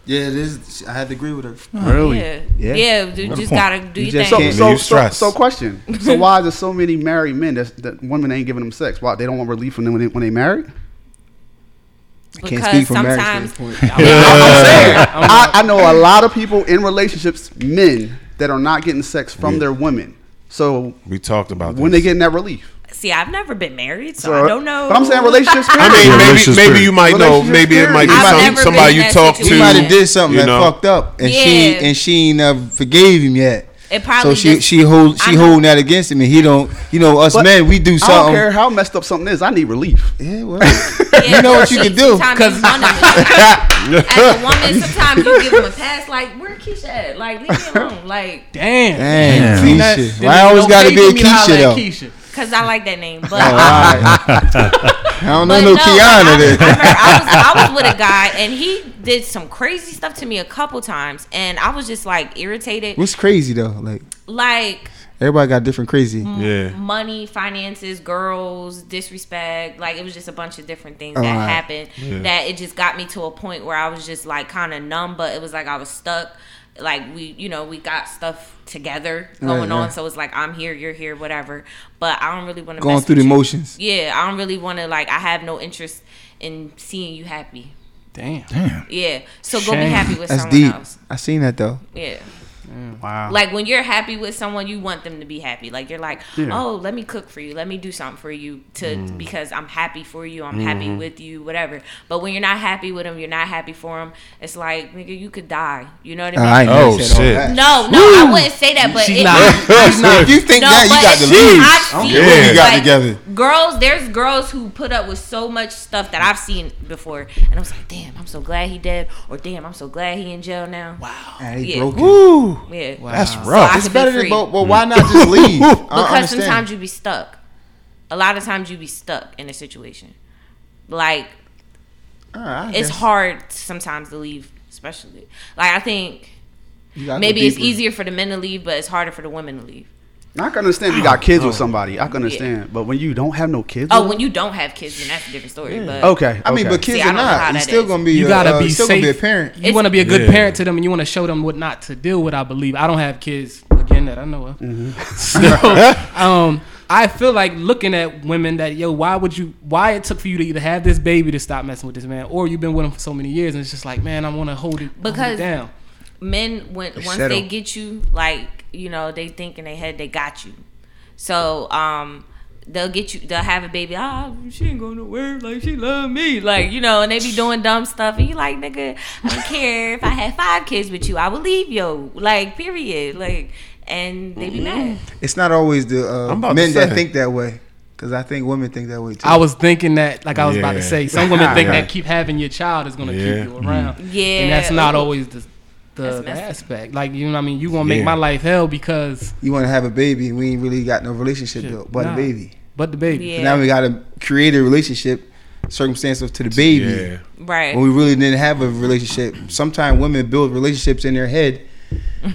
G: Yeah, it is. I had to agree with her.
B: really
D: yeah
G: Yeah.
D: yeah, you
F: What a
D: just
F: point.
D: gotta do
G: You
D: your
G: just
D: thing
B: So,
G: can't-
B: so,
C: You
B: so,
C: stress.
B: so question. So why is there so many married men that's, that women ain't giving them sex? Why they don't want relief from them when they when they married?
G: can't
D: because
G: speak from marriage
D: sometimes
B: I, I know a lot of people in relationships, men that are not getting sex from their women. So
C: We talked about
B: when
C: this.
B: they getting that relief,
D: see I've never been married, so,
B: So-
D: I don't know.
B: But I'm saying relationships.
C: I
B: period.
C: mean, maybe
F: Relationship
C: maybe
F: theory.
C: you might know.
B: Relationship
C: Maybe it
B: theory.
C: might be
D: I've
C: some,
D: never
C: somebody
D: been
C: you
D: in that
C: talk
G: He might have
C: to.
D: situation.
G: did something
C: You
G: that
C: know.
G: fucked up, and she
D: Yeah.
G: and she ain't never forgave him yet.
D: It
G: So
D: probably
G: she
D: just-
G: she hold
D: I
G: she
D: know.
G: holding that against him, and he don't. You know, us
B: But
G: men, we do
B: I don't
G: something.
B: care how messed up something is. I need relief.
G: Yeah, well,
D: Yeah,
G: you know what you can do.
D: sometimes you wanna- as a woman, sometimes you give them a pass. Like, where Keisha at? Like, leave me alone. Like,
E: Damn.
G: Damn,
E: See, that's-
G: Keisha.
E: then
G: Why I
E: you
G: always
E: don't
G: got to
E: pay
G: be a
E: for me to holler
G: Keisha
E: at
G: though?
E: Keisha.
D: cause I like that name, but.
G: I don't know
D: But
G: no,
D: no, like, I,
G: Kiana
D: I,
G: there.
D: remember I, was, I was with a guy and he did some crazy stuff to me a couple times, and I was just like irritated.
G: What's crazy though? Like
D: Like
G: everybody got different crazy.
D: Mm-hmm.
C: Yeah.
D: money, finances, girls, disrespect. Like it was just a bunch of different things that
G: Alright.
D: happened that it just got me to a point where I was just like kind of numb, but it was like I was stuck. Like we, you know, we got stuff together going
G: Right,
D: on,
G: right.
D: so it's like I'm here, you're here, whatever. But I don't really want to
G: Going through the motions.
D: Yeah, I don't really want to like. I have no interest in seeing you happy.
E: Damn.
D: Yeah. So go be
E: Shame.
D: happy with
G: That's
D: someone
G: deep.
D: else.
G: I seen that though.
D: Yeah.
B: Wow.
D: Like when you're happy with someone, you want them to be happy. Like you're like, oh, let me cook for you, let me do something for you to because I'm happy for you, I'm happy with you, whatever. But when you're not happy with them, you're not happy for them. It's like nigga, you could die. You know what I mean?
G: I ain't
C: Oh
G: never said all
C: shit.
G: that.
D: no, no, I wouldn't say that, but
E: She's
D: it,
E: not. She's not.
G: If you think
D: No,
G: that,
D: but
G: you got
D: it's-
G: to leave.
D: I've
G: I don't
D: seen
G: care what
C: it,
G: you got
D: like-
G: together.
D: girls there's girls who put up with so much stuff that i've seen before and i was like damn i'm so glad he dead or damn i'm so glad he in jail now wow
G: Man, he
D: Yeah.
G: Ah, broke it.
D: yeah
E: That's
D: So I
G: It's
D: could be
G: better than
D: free.
G: both. Well,
E: Mm.
G: why not just leave? I don't
D: because
G: understand.
D: sometimes you be stuck a lot of times you be stuck in a situation like
G: Alright, I
D: it's
G: guess
D: hard sometimes to leave especially like i think
G: you gotta go
D: maybe it's
G: deeper.
D: easier for the men to leave but it's harder for the women to leave
B: I can understand if you got kids with somebody. I can understand, but when you don't have no kids,
D: oh
B: with-
D: when you don't have kids then that's a different story but
B: okay.
G: I mean,
B: okay.
G: but kids
D: See, I
G: are
D: don't know how
G: not. You're
D: that
G: still
D: is.
G: gonna be.
E: You
G: uh,
E: gotta
G: uh,
E: be
G: still
E: safe.
G: gonna be a parent.
E: You want to be a good
C: Yeah.
E: parent to them, and you want to show them what not to deal with. I believe I don't have kids again that I know of.
G: Mm-hmm.
E: So, um, I feel like looking at women that yo, why would you? Why it took for you to either have this baby to stop messing with this man, or you've been with him for so many years, and it's just like, man, I want to hold it hold it
D: Because-
E: down.
D: men when once
B: settle.
D: they get you like you know they think in their head they got you so um they'll get you they'll have a baby ah she ain't going nowhere like she love me like you know and they be doing dumb stuff and you like nigga i don't care if i had five kids with you i would leave yo like period like and they be
G: Mm-hmm.
D: mad
G: It's not always the uh,
C: I'm about to
G: men that
C: say.
G: think that way, because I think women think that way too.
E: I was thinking that, like I was about to
C: Yeah.
E: say, some women think
C: Yeah.
E: that keep having your child is gonna
C: Yeah. Mm-hmm.
E: keep you around,
D: yeah
E: and that's not always the the,
D: That's
E: the
D: messed up.
E: aspect. Like you know, what I mean, you gonna make
C: Yeah.
E: my life hell because
G: you want to have a baby, and we ain't really got no relationship
E: Shit,
G: built, but
E: nah.
G: a baby.
E: but the baby.
D: yeah
G: Now we got to create a relationship, circumstances to the baby.
C: Yeah.
D: right
G: When we really didn't have a relationship, sometimes women build relationships in their head.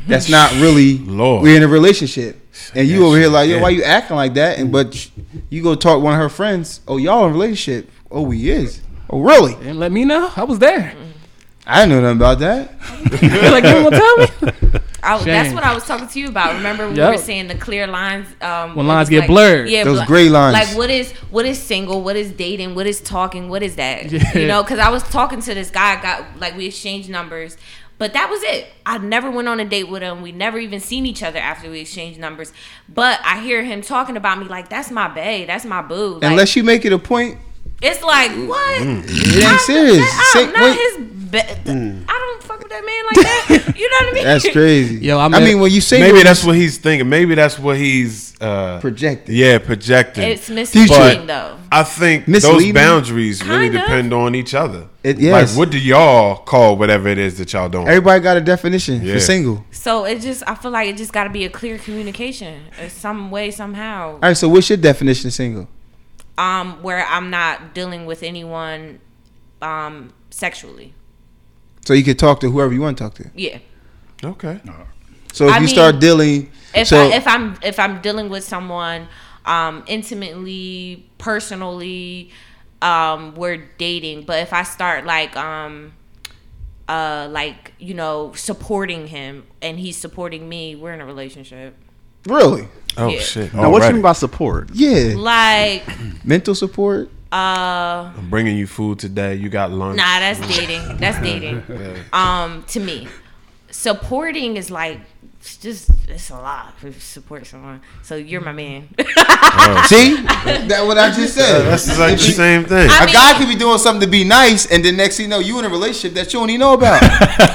G: That's not really.
C: Lord.
G: We're in a relationship, and you
C: That
G: over here
C: shit,
G: like, yo,
C: yeah.
G: why you acting like that? And but sh- you go talk to one of her friends. Oh, y'all in a relationship? Oh, we is. Oh, really?
E: Didn't let me know. I was there.
G: I didn't know nothing about that.
E: like you ain't gonna tell me.
D: I, that's
E: Shame.
D: what I was talking to you about. Remember we
E: Yup.
D: were saying the clear lines. Um, what
E: When lines
D: is,
E: get blurred.
D: Yeah,
G: Those
D: bl-
G: gray lines.
D: Like what is what is single? What is dating? What is talking? What is that?
E: Yeah.
D: You know, because I was talking to this guy. I Got like we exchanged numbers, but that was it. I never went on a date with him. We never even seen each other after we exchanged numbers. But I hear him talking about me like that's my bae, that's my boo. Like,
G: Unless you make it a point,
D: it's like what?
G: it ain't serious. Say-
D: I'm oh, not
G: wait.
D: his. Be- I don't fuck with that man like that. you know what I mean?
G: That's crazy.
E: Yo, I
G: I,
E: met-
G: mean, when you say
C: Maybe that's what he's thinking. Maybe that's what he's uh,
G: Projecting.
C: Yeah, projecting.
D: It's misleading though.
C: I think those
G: Misleading?
C: boundaries really
D: Kind of.
C: depend on each other.
G: It- yes.
C: Like, what do y'all call whatever it is that y'all doing?
G: everybody got a definition
C: Yeah.
G: for single.
D: So it just, I feel like it just got to be a clear communication, uh, some way, somehow,
G: All right, so what's your definition of single?
D: um, where I'm not dealing with anyone, um, sexually.
G: So you can talk to whoever you want to talk to.
D: Yeah.
C: okay. Oh,
G: So if
D: I
G: you
D: mean,
G: start dealing,
D: If
G: so
D: I, if I'm if I'm dealing with someone, um, intimately, personally, um, we're dating. But if I start like, um, uh, like you know, supporting him and he's supporting me, we're in a relationship.
G: really,
C: Oh
D: Yeah.
C: shit.
B: Now, what you
C: Alrighty.
B: mean by support?
G: yeah,
D: Like
G: mental support,
D: Uh,
C: I'm bringing you food today. You got lunch.
D: nah, that's dating. That's dating. Um, to me, supporting is like it's just it's a lot to support someone. So you're my man.
G: Oh. See, that what I just said.
C: That's just like the same thing.
D: I
G: A
D: mean-
G: guy could be doing something to be nice, and then next thing you know, you in a relationship that you don't even know about.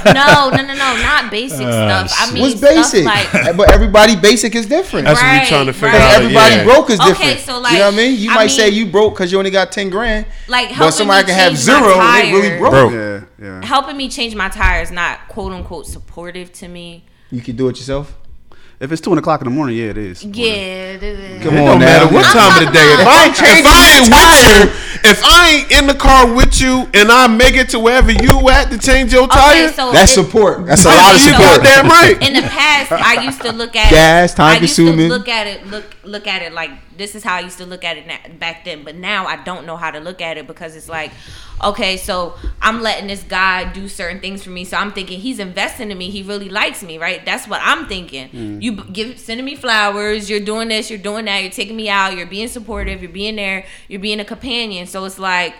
D: no, no, no, no, not basic
F: Ah,
D: stuff. I mean,
G: What's
D: stuff
G: basic? Uh,
D: Like,
G: but everybody basic is different.
C: That's what
D: Right,
C: we trying to figure
D: right.
C: out.
G: everybody
C: yeah.
G: broke is
D: Okay,
G: different.
D: so, like,
G: you know what I mean? You
D: I
G: might
D: mean-
G: say you broke because you only got ten grand,
D: like
G: but
D: helping
G: somebody
D: me
G: can have
D: change my
G: zero and they really
D: tire-
G: broke.
C: Broke.
B: Yeah, yeah.
D: Helping me change my tire is not quote unquote supportive to me.
G: You can do it yourself.
B: If it's two in the o'clock in the morning, yeah, it is.
D: Yeah. th- th-
G: Come
C: It don't
G: on,
C: matter
G: now.
C: what time of the day. If I, if I ain't with you, if I ain't in the car with you, and I make it to wherever you at to change your tire,
D: Okay, so
G: That's
D: if-
G: support. That's a
D: I
G: lot of
C: you
D: mean, so-
G: support.
C: goddamn right.
D: in the past I used to look at
G: Gas, time
D: I used
G: consuming.
D: To look at it, look look at it like this is how I used to look at it na- back then, but now I don't know how to look at it because it's like, okay, so I'm letting this guy do certain things for me, so I'm thinking he's investing in me, he really likes me, right? That's what I'm thinking.
G: Mm.
D: You b- give sending me flowers, you're doing this, you're doing that, you're taking me out, you're being supportive, you're being there, you're being a companion, so it's like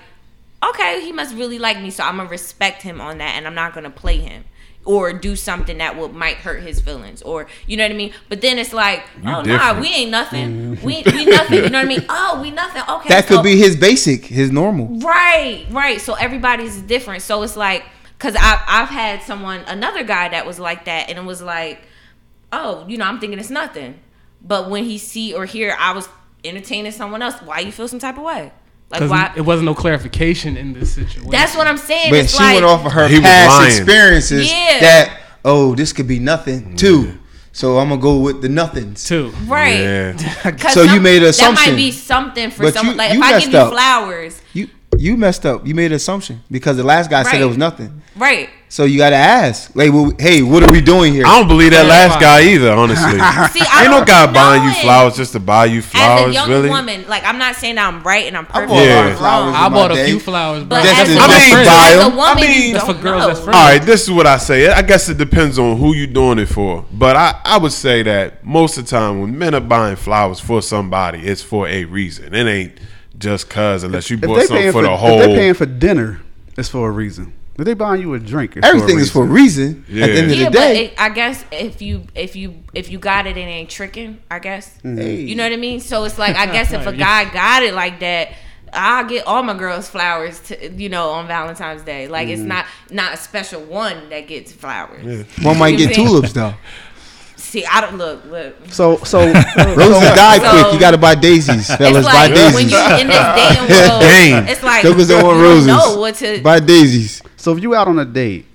D: okay, he must really like me, so I'm gonna respect him on that, and I'm not gonna play him or do something that will might hurt his feelings, or you know what I mean. But then it's like, oh nah,
C: different.
D: we ain't nothing. we we nothing. You know what I mean? Oh, we nothing. Okay,
G: Mm-hmm. That could
D: so-
G: be his basic, his normal.
D: Right, right. So everybody's different. So it's like, cause I I've had someone another guy that was like that, and it was like, oh, you know, I'm thinking it's nothing, but when he see or hear I was entertaining someone else, why you feel some type of way? Like why?
E: Because it wasn't no clarification in this situation.
D: That's what I'm saying.
G: But
D: it's
G: she
D: like,
G: went off of her
C: He was lying.
G: past experiences
D: Yeah.
G: that oh, this could be nothing too. So I'm gonna go with the nothings.
E: too.
D: Right.
C: Yeah.
D: 'Cause
G: So you made an
D: That
G: assumption.
D: might be something for
G: But
D: someone.
G: you-
D: like
G: you
D: if I
G: messed
D: give you
G: up.
D: flowers,
G: You you messed up. You made an assumption because the last guy said
D: Right.
G: it was nothing.
D: right?
G: So you gotta ask, like, well, hey, what are we doing here?
C: I don't believe that last guy either. Honestly,
D: See, I
C: ain't no
D: don't
C: guy
D: know
C: buying you
D: it.
C: flowers just to buy you
D: As a
C: flowers.
D: young
C: Really,
D: woman, like I'm not saying that I'm right and I'm perfect.
G: bought a lot
C: Yeah.
G: of flowers
E: I
G: in my
E: bought a
G: day.
E: few flowers, but
D: But
G: That's
D: as,
G: just
D: a,
C: my
D: as
C: friend.
D: a
C: I
D: woman,
C: mean,
D: you
E: that's
D: don't
E: for girls,
D: know.
E: that's friends.
C: All right, this is what I say. I guess it depends on who you doing it for. But I, I would say that most of the time when men are buying flowers for somebody, it's for a reason. It ain't just cuz unless you
B: If
C: bought
B: they
C: something
B: paying
C: for
B: for,
C: the
B: if they
C: whole.
B: paying for dinner, it's for a reason. If they buying you a drink, it's
G: Everything is for a reason. At the end of
D: Yeah,
G: the
D: but it,
G: day,
D: I guess if you if you if you got it, it ain't tricking. I guess
G: Mm-hmm.
D: you know what I mean. So it's like I guess if a guy got it like that, I'll get all my girls flowers to you know on Valentine's Day. Like
G: Mm-hmm.
D: it's not not a special one that gets flowers.
G: one might get
D: You know what
G: tulips though.
D: See, I don't look look.
B: So so
G: Roses die
D: So-
G: quick. You gotta buy daisies,
D: it's
G: fellas.
D: like when
G: buy daisies.
D: you in this dating world,
G: Dang.
D: it's like
G: Jokers don't want
D: you
G: roses.
D: know what to.
G: buy daisies.
B: So if you out on a date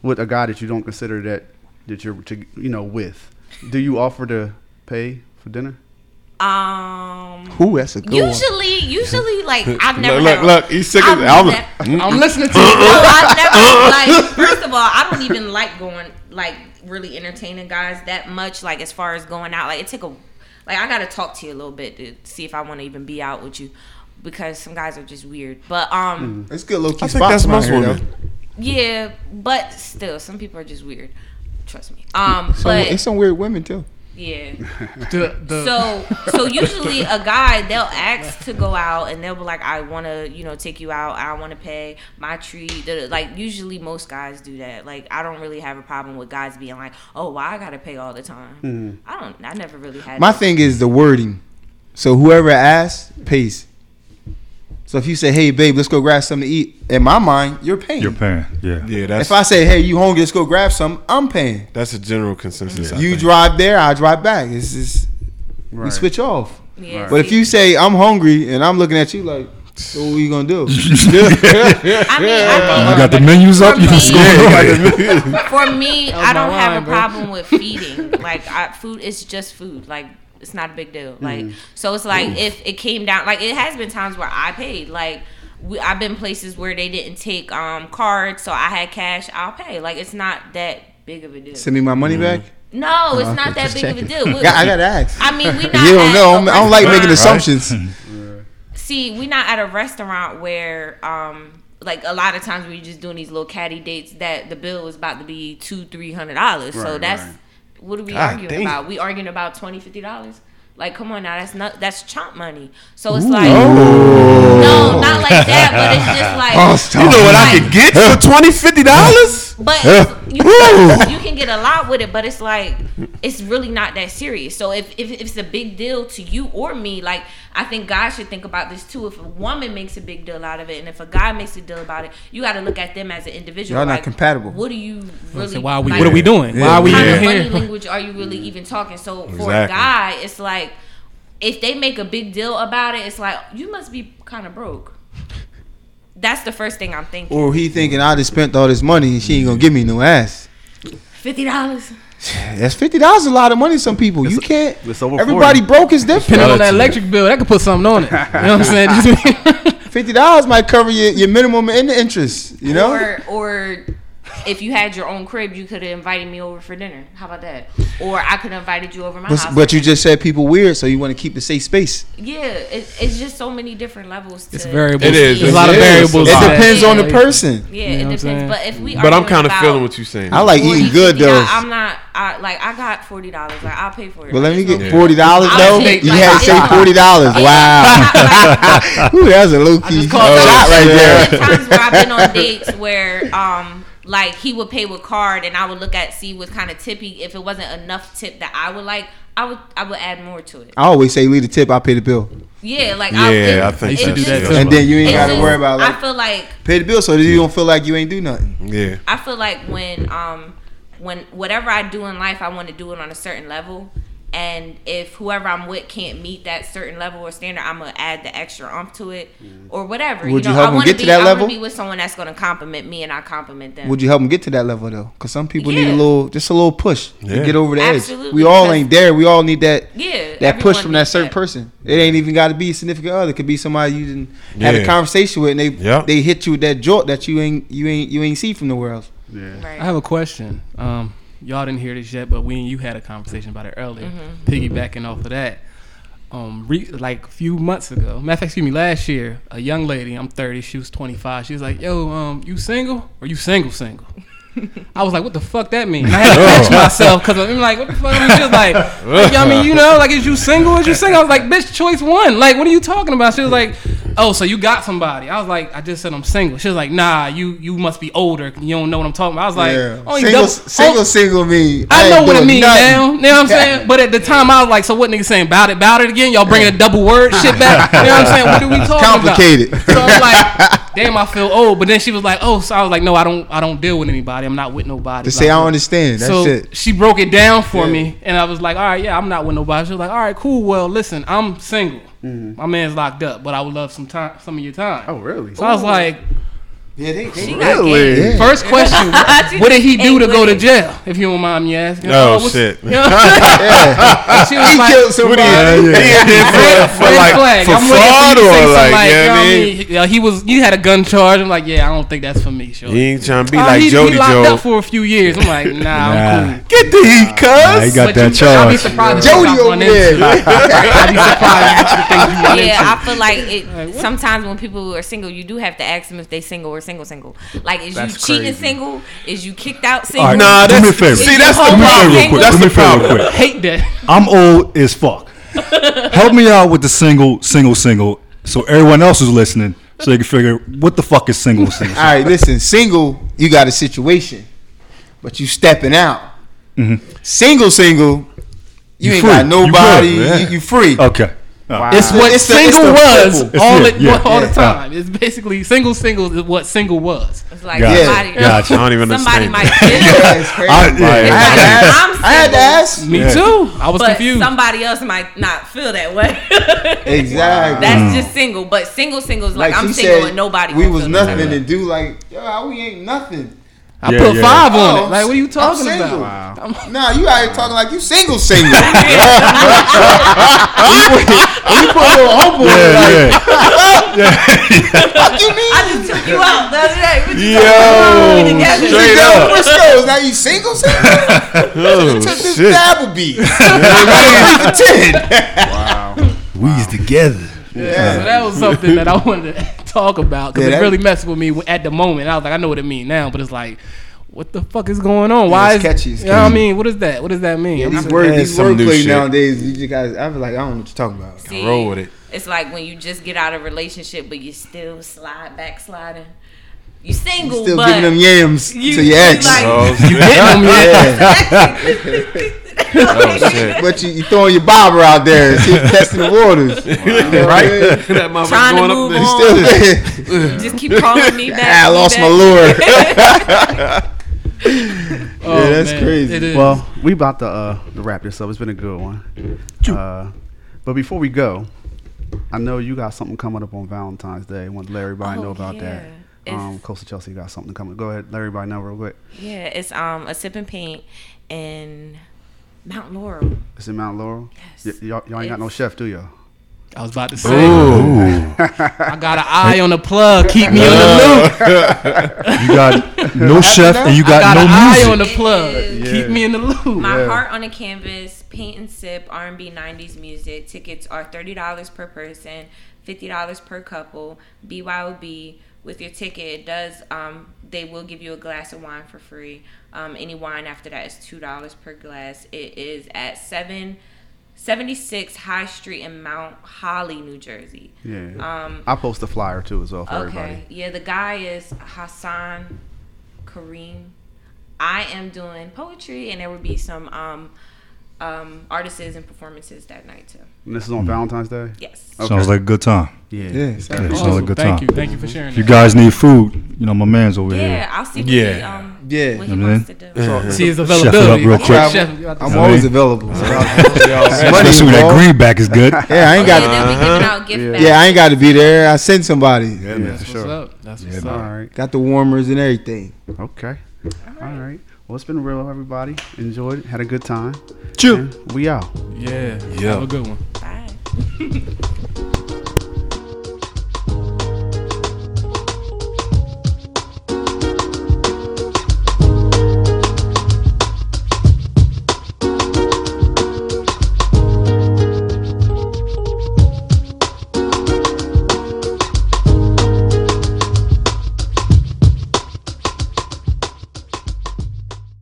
B: with a guy that you don't consider that that you're to, you know with, do you offer to pay for dinner?
D: um,
G: Ooh, that's a good one.
D: usually, usually, like I've never.
C: Look, look,
D: had-
C: look, he's sick
D: I've
C: of I'm,
D: never-
E: I'm listening to you.
D: No, I've never. Like, first of all, I don't even like going like really entertaining guys that much. Like as far as going out, like it take a like I gotta talk to you a little bit to see if I want to even be out with you because some guys are just weird. But um.
G: It's good low key
C: I think that's most women.
D: Yeah, but still, some people are just weird. Trust me. Um, but
G: it's some weird women too.
D: yeah.
E: The, the,
D: So so usually a guy they'll ask to go out and they'll be like, I want to you know take you out. I want to pay my treat. Da- da- Like usually most guys do that. Like I don't really have a problem with guys being like, oh, well, I gotta pay all the time. I don't. I never really had.
G: Mm-hmm. My
D: that.
G: thing is the wording. So whoever asks pays. So if you say, "Hey, babe, let's go grab something to eat," in my mind, you're paying.
F: You're paying. Yeah.
C: Yeah, that's
G: If I say, "Hey, you hungry? Let's go grab something," I'm paying.
C: that's a general consensus. I
G: You
C: think.
G: drive there, I drive back. It's just we
B: Right.
G: switch off.
D: Yeah,
G: But if
D: see,
G: you say I'm hungry and I'm looking at you like, so what are you gonna do?
D: I mean, I
F: I
D: think
F: got the menus up. You can
D: For
F: score.
D: for me,
E: was
D: I don't
E: my
D: have
E: line,
D: a
E: bro.
D: problem with feeding. like I, food is just food. Like it's not a big deal.
G: Mm.
D: Like so, it's like if it came down, like it has been times where I paid. Like we, I've been places where they didn't take um cards, so I had cash. I'll pay. Like it's not that big of a deal.
G: Send me my money back.
D: No, it's not that
G: Just
D: big of a
G: checking.
D: deal. We-
G: I gotta ask.
D: I mean, we not.
G: You don't
D: at
G: know.
D: a
G: I'm- I don't like making
D: restaurant.
G: assumptions.
D: See, we're not at a restaurant where, um, like a lot of times we're just doing these little caddy dates that the bill is about to be two, three hundred dollars. so
B: Right,
D: that's
B: right.
D: what are we
C: God
D: arguing
C: damn.
D: about? We arguing about twenty, fifty dollars. Like, come on now, that's not that's chomp money. So it's like, no, no, not like that, but it's just like
C: Oh, You know what I could get for twenty fifty dollars?
D: But it's- you, can, you can get a lot with it, but it's like it's really not that serious. So if, if, if it's a big deal to you or me, like I think God should think about this too. If a woman makes a big deal out of it, and if a guy makes a deal about it, you got to look at them as an individual.
G: Y'all not
D: like,
G: compatible.
D: What are you really?
E: So why are we?
D: like,
E: What are we doing? Why are we
D: What kind
E: even
D: of money
E: here?
D: language are you really even talking? So for a
C: Exactly.
D: guy, it's like if they make a big deal about it, it's like you must be kind of broke. That's the first thing I'm thinking.
G: Or he thinking I just spent all this money and she ain't gonna give me no ass.
D: Fifty dollars.
G: That's fifty dollars. A lot of money. to Some people you can't.
B: it's over 40.
G: everybody broke is different.
E: Depending on that electric bill, that could put something on it. You know what I'm saying? Just-
G: Fifty dollars might cover your, your minimum and the interest. You know.
D: Or or if you had your own crib, you could have invited me over for dinner. How about that? Or I could have invited you over my
G: But,
D: house.
G: but you just said people weird, so you want to keep the safe space.
D: yeah, it, it's just so many different levels. To,
E: it's variables.
C: It is.
E: There's a lot of
C: It is.
E: variables.
G: It
E: to that.
G: depends on the
D: Yeah.
G: person.
D: Yeah,
E: You know
D: it
E: what I'm saying?
D: depends. But if we,
C: But I'm
D: kind of
C: feeling what you're saying.
G: I like eating good though.
D: I'm not. I like. I got forty dollars. Like I'll pay for it.
G: But let me
D: It's no-
G: get forty dollars
D: I'll
G: though.
D: take
G: You
D: my-
G: had to say
D: Yeah.
G: forty dollars.
D: Yeah.
G: Wow, Ooh, that was a low key
E: just
G: shot
E: called
C: that.
D: There's
G: right
D: been
G: there.
D: times where I've been on dates where um like he would pay with card and I would look at see what kind of tip he if it wasn't enough tip that I would like I would I would add more to it.
G: I always say leave the tip, I pay the bill,
D: Yeah, like
C: yeah,
D: I'll, it-
C: I think
E: You should
D: it's
E: do that
D: just-
E: too.
G: and then you ain't
D: it's
G: got to
D: just-
G: worry about
D: I
G: like
D: feel like
G: pay the bill, so that you don't feel like you ain't do nothing.
C: Yeah.
D: I feel like when um when whatever I do in life, I want to do it on a certain level. And if whoever I'm with can't meet that certain level or standard, I'm gonna add the extra umph to it or whatever.
G: Would you
D: know,
G: help
D: I
G: 'em
D: wanna
G: get to
D: be,
G: that
D: I wanna
G: level?
D: Be with someone that's gonna compliment me, and I compliment them.
G: Would you help them get to that level though? Because some people need
D: Yeah.
G: a little, just a little push
C: Yeah.
G: to get over the edge.
D: Absolutely,
G: We all
D: because-
G: ain't there. We all need that.
D: Yeah,
G: That push
D: everyone
G: from that
D: needs
G: certain person. It ain't even got to be a significant other. It could be somebody you didn't have
C: Yeah.
G: a conversation with, and they
C: Yeah.
G: they hit you with that jolt that you ain't you ain't you ain't see from nowhere else.
B: Yeah.
D: Right.
E: I have a question. Um, y'all didn't hear this yet, but we and you had a conversation about it earlier. Piggybacking off of that, um, re- like a few months ago, matter of fact, excuse me, last year, a young lady, I'm 30, she was 25. She was like, "Yo, um, you single? Or you single single?" I was like, "What the fuck that mean?" And I had to catch myself because I'm like, "What the fuck?" I mean, she was like, like, "I mean, you know, like, is you single? Is you single?" I was like, "Bitch, choice one. Like, what are you talking about?" She was like, "Oh, so you got somebody?" I was like, "I just said I'm single." She was like, "Nah, you you must be older. You don't know what I'm talking about." I was like, "Only
G: single,
E: double-
G: single,
E: on-
G: single me.
E: I know
G: ain't
E: what it
G: doing
E: means
G: nothing.
E: now. You know what I'm saying? But at the time, I was like, so what nigga saying? Bout it, bout it again? Y'all bringing a double word shit back? You know what I'm saying? What are we talking
G: Complicated.
E: about? So I'm like, damn, I feel old. But then she was like, oh, so I was like, no, I don't, I don't deal with anybody. I'm not with nobody.
G: To
E: Blah,
G: say I
E: blah.
G: don't understand. That's
E: so
G: it.
E: she broke it down for me, and I was like, all right, yeah, I'm not with nobody. She was like, all right, cool. Well, listen, I'm single.
G: Mm-hmm.
E: My man's locked up, but I would love some time, some of your time.
B: Oh, really?
E: So I was like,
G: Yeah, they, they,
B: really?
G: Yeah.
E: first question, what did he do to go
D: Ain't
E: to
D: with it.
E: jail? If you don't mind me asking.
C: Oh,
E: what's-
C: shit.
E: You know? And she was like,
G: killed somebody.
E: red,
C: for,
E: red
C: like
E: flag.
C: for
E: I'm
C: fraud
E: waiting for you to say
C: or
E: something
C: like,
E: like,
C: you know what I mean?
E: you know what I mean? Yeah, he was. You had a gun charge. I'm like, yeah, I don't think that's for me. Sure.
C: He ain't trying to be
E: Uh,
C: like
E: he,
C: Jody
E: he locked
C: Joe.
E: up for a few years. I'm like, nah, I'm cool.
C: Get the heat,
F: Nah, he
C: cuz.
F: got
E: But
F: that
E: you- I'll be
F: charge.
E: surprised. if you
G: Jody
E: got
G: over
E: one into
G: there.
E: it. I'll be surprised if you think you
D: yeah,
E: run
D: I feel like it.
E: what?
D: sometimes when people are single, you do have to ask them if they single or single single. Like, is
B: That's
D: you cheating
B: crazy.
D: single? Is you kicked out single?
F: All right,
C: Nah,
F: do me a
C: that's
F: favor.
C: see, that's the
F: do me a favor
C: problem.
F: real quick.
C: That's
F: do
C: the
F: me a favor
C: problem.
F: real quick.
E: into it. Hate that.
F: I'm old as fuck. Help me out with the single, single, single, so everyone else is listening, so they can figure what the fuck is single, single.
G: All right, listen. Single, you got a situation, but you stepping out. Single, single,
F: Mm-hmm.
G: you,
F: You
G: ain't
F: free.
G: got
F: You
G: nobody. You,
F: good, man.
G: you, free.
F: Okay. All right.
E: It's what
G: It's the- it's
E: single
G: the
E: was
G: triple.
E: all
F: It's-
E: it,
F: yeah,
E: all
G: yeah.
E: the time. It's basically single single is what single was.
D: It's like
F: Gotcha.
D: somebody,
F: Gotcha.
C: I don't even
D: somebody
C: understand.
D: might.
G: Yeah, it's crazy.
F: I- yeah.
G: I, had to ask, I had to ask.
E: Me too. I was
D: But
E: confused.
D: somebody else might not feel that way.
G: Exactly.
C: Mm.
D: That's just single. But single single is like, I'm
G: she
D: single and nobody.
G: We
D: gonna
G: was
D: feel that
G: nothing
D: way.
G: to do. Like, yo, we ain't nothing.
E: I
F: Yeah,
E: put
F: yeah.
E: five on it.
G: Oh,
E: Like, what are you
G: I'm
E: talking
G: single.
E: about?
B: Wow.
G: Nah, you out here talking like you single, single. you put a little humble in like,
F: yeah, yeah.
G: what you mean?
D: I just took you out the other day. What you
C: Yo,
D: talking about?
G: You
C: straight
G: down
C: up.
G: Frisco's, now you single, single?
C: Oh
G: Took this
C: shit.
G: dabble beat.
F: We's together.
E: So that was something that I wanted to talk about because
G: Yeah,
E: it
G: that-
E: really messed with me at the moment. I was like, I know what it means now, but it's like, what the fuck is going on? Why
G: it's
E: is
G: catchy, it's
E: You know what I
G: catchy.
E: mean? What does that? What does that mean?
G: These
E: I'm-
G: words,
C: add
G: these
C: some new
G: wordplay
C: shit.
G: nowadays, you just guys, I feel like I don't know what you're talking about.
D: See,
C: Roll with it.
D: It's like when you just get out of a relationship, but you still slide backsliding. You single,
G: Still
D: but
G: giving them yams
D: you-
G: to your
D: you
G: ex.
D: like-
C: Oh, shit.
G: but you, you throwing your bobber out there and see, testing the waters.
C: right? that motherfucker
D: Trying
C: going
D: to move
C: there.
D: on.
G: Still there.
D: just keep calling me back.
G: Ah, I
D: me
G: lost
D: back.
G: my lord.
E: Oh,
G: Yeah, that's crazy.
E: It is.
B: Well, we about to, uh, to wrap this up. It's been a good one. Uh, but before we go, I know you got something coming up on Valentine's Day. I want to let everybody
D: Oh,
B: know about that.
D: yeah.
B: Um,
D: It's-
B: Coastal Chelsea got something coming. Go ahead, let everybody know real quick.
D: Yeah, it's um a sip and paint in Mount Laurel.
B: It's in Mount Laurel.
D: Yes.
B: Y- y'all, y'all ain't got no
D: It's-
B: chef, do y'all?
E: I was about to say. I got an eye on the plug. Keep me on
F: Uh,
E: the loop.
F: You got no chef and you
E: I
F: got,
E: got an eye
F: no
E: on the
F: music.
E: plug.
D: Yeah.
E: Keep me in the loop.
D: My heart on a canvas, paint and sip, R and B '90s music. Tickets are thirty dollars per person, fifty dollars per couple. BYOB with your ticket. It does um they will give you a glass of wine for free. Um, any wine after that is two dollars per glass. It is at seven. 76 High Street in Mount Holly, New Jersey.
B: Yeah.
D: Um,
B: I post a flyer too as well for
D: Okay.
B: everybody.
D: Yeah, the guy is Hassan Kareem. I am doing poetry, and there will be some um, um, artists and performances that night too.
B: And this is on Valentine's Day.
D: Yes.
F: Sounds like a good time.
B: Hmm. Yeah.
G: Yeah, sounds
F: Yeah, sounds
E: Awesome.
F: like a good
E: Thank
F: time.
E: you. Thank you for sharing.
F: If you
E: that.
F: guys need food, you know my man's over
D: Yeah,
F: here.
D: I'll see.
C: Yeah.
D: What he, um,
G: Yeah.
D: What
F: You
D: he
F: know
D: wants
F: what
D: to do.
E: see his
F: it up
E: availability.
F: real quick.
E: Yeah, chef, you about to
G: I'm
E: say.
G: always
F: mean?
G: available. So Money
F: Especially when that
G: involved.
F: greenback is good.
G: yeah, I ain't
D: yeah,
G: got.
D: they'll be giving out gift bags.
G: Yeah, I ain't got to be there. I send somebody.
B: Yeah, for
E: That's
B: sure.
E: what's up. That's what's
B: All
E: up.
B: right.
G: Got the warmers and everything.
B: Okay. All right. Well, it's been real, everybody. Enjoyed it. Had a good time.
F: Chew.
B: And we out.
E: Yeah.
F: Yeah.
E: Have a good one.
D: Bye.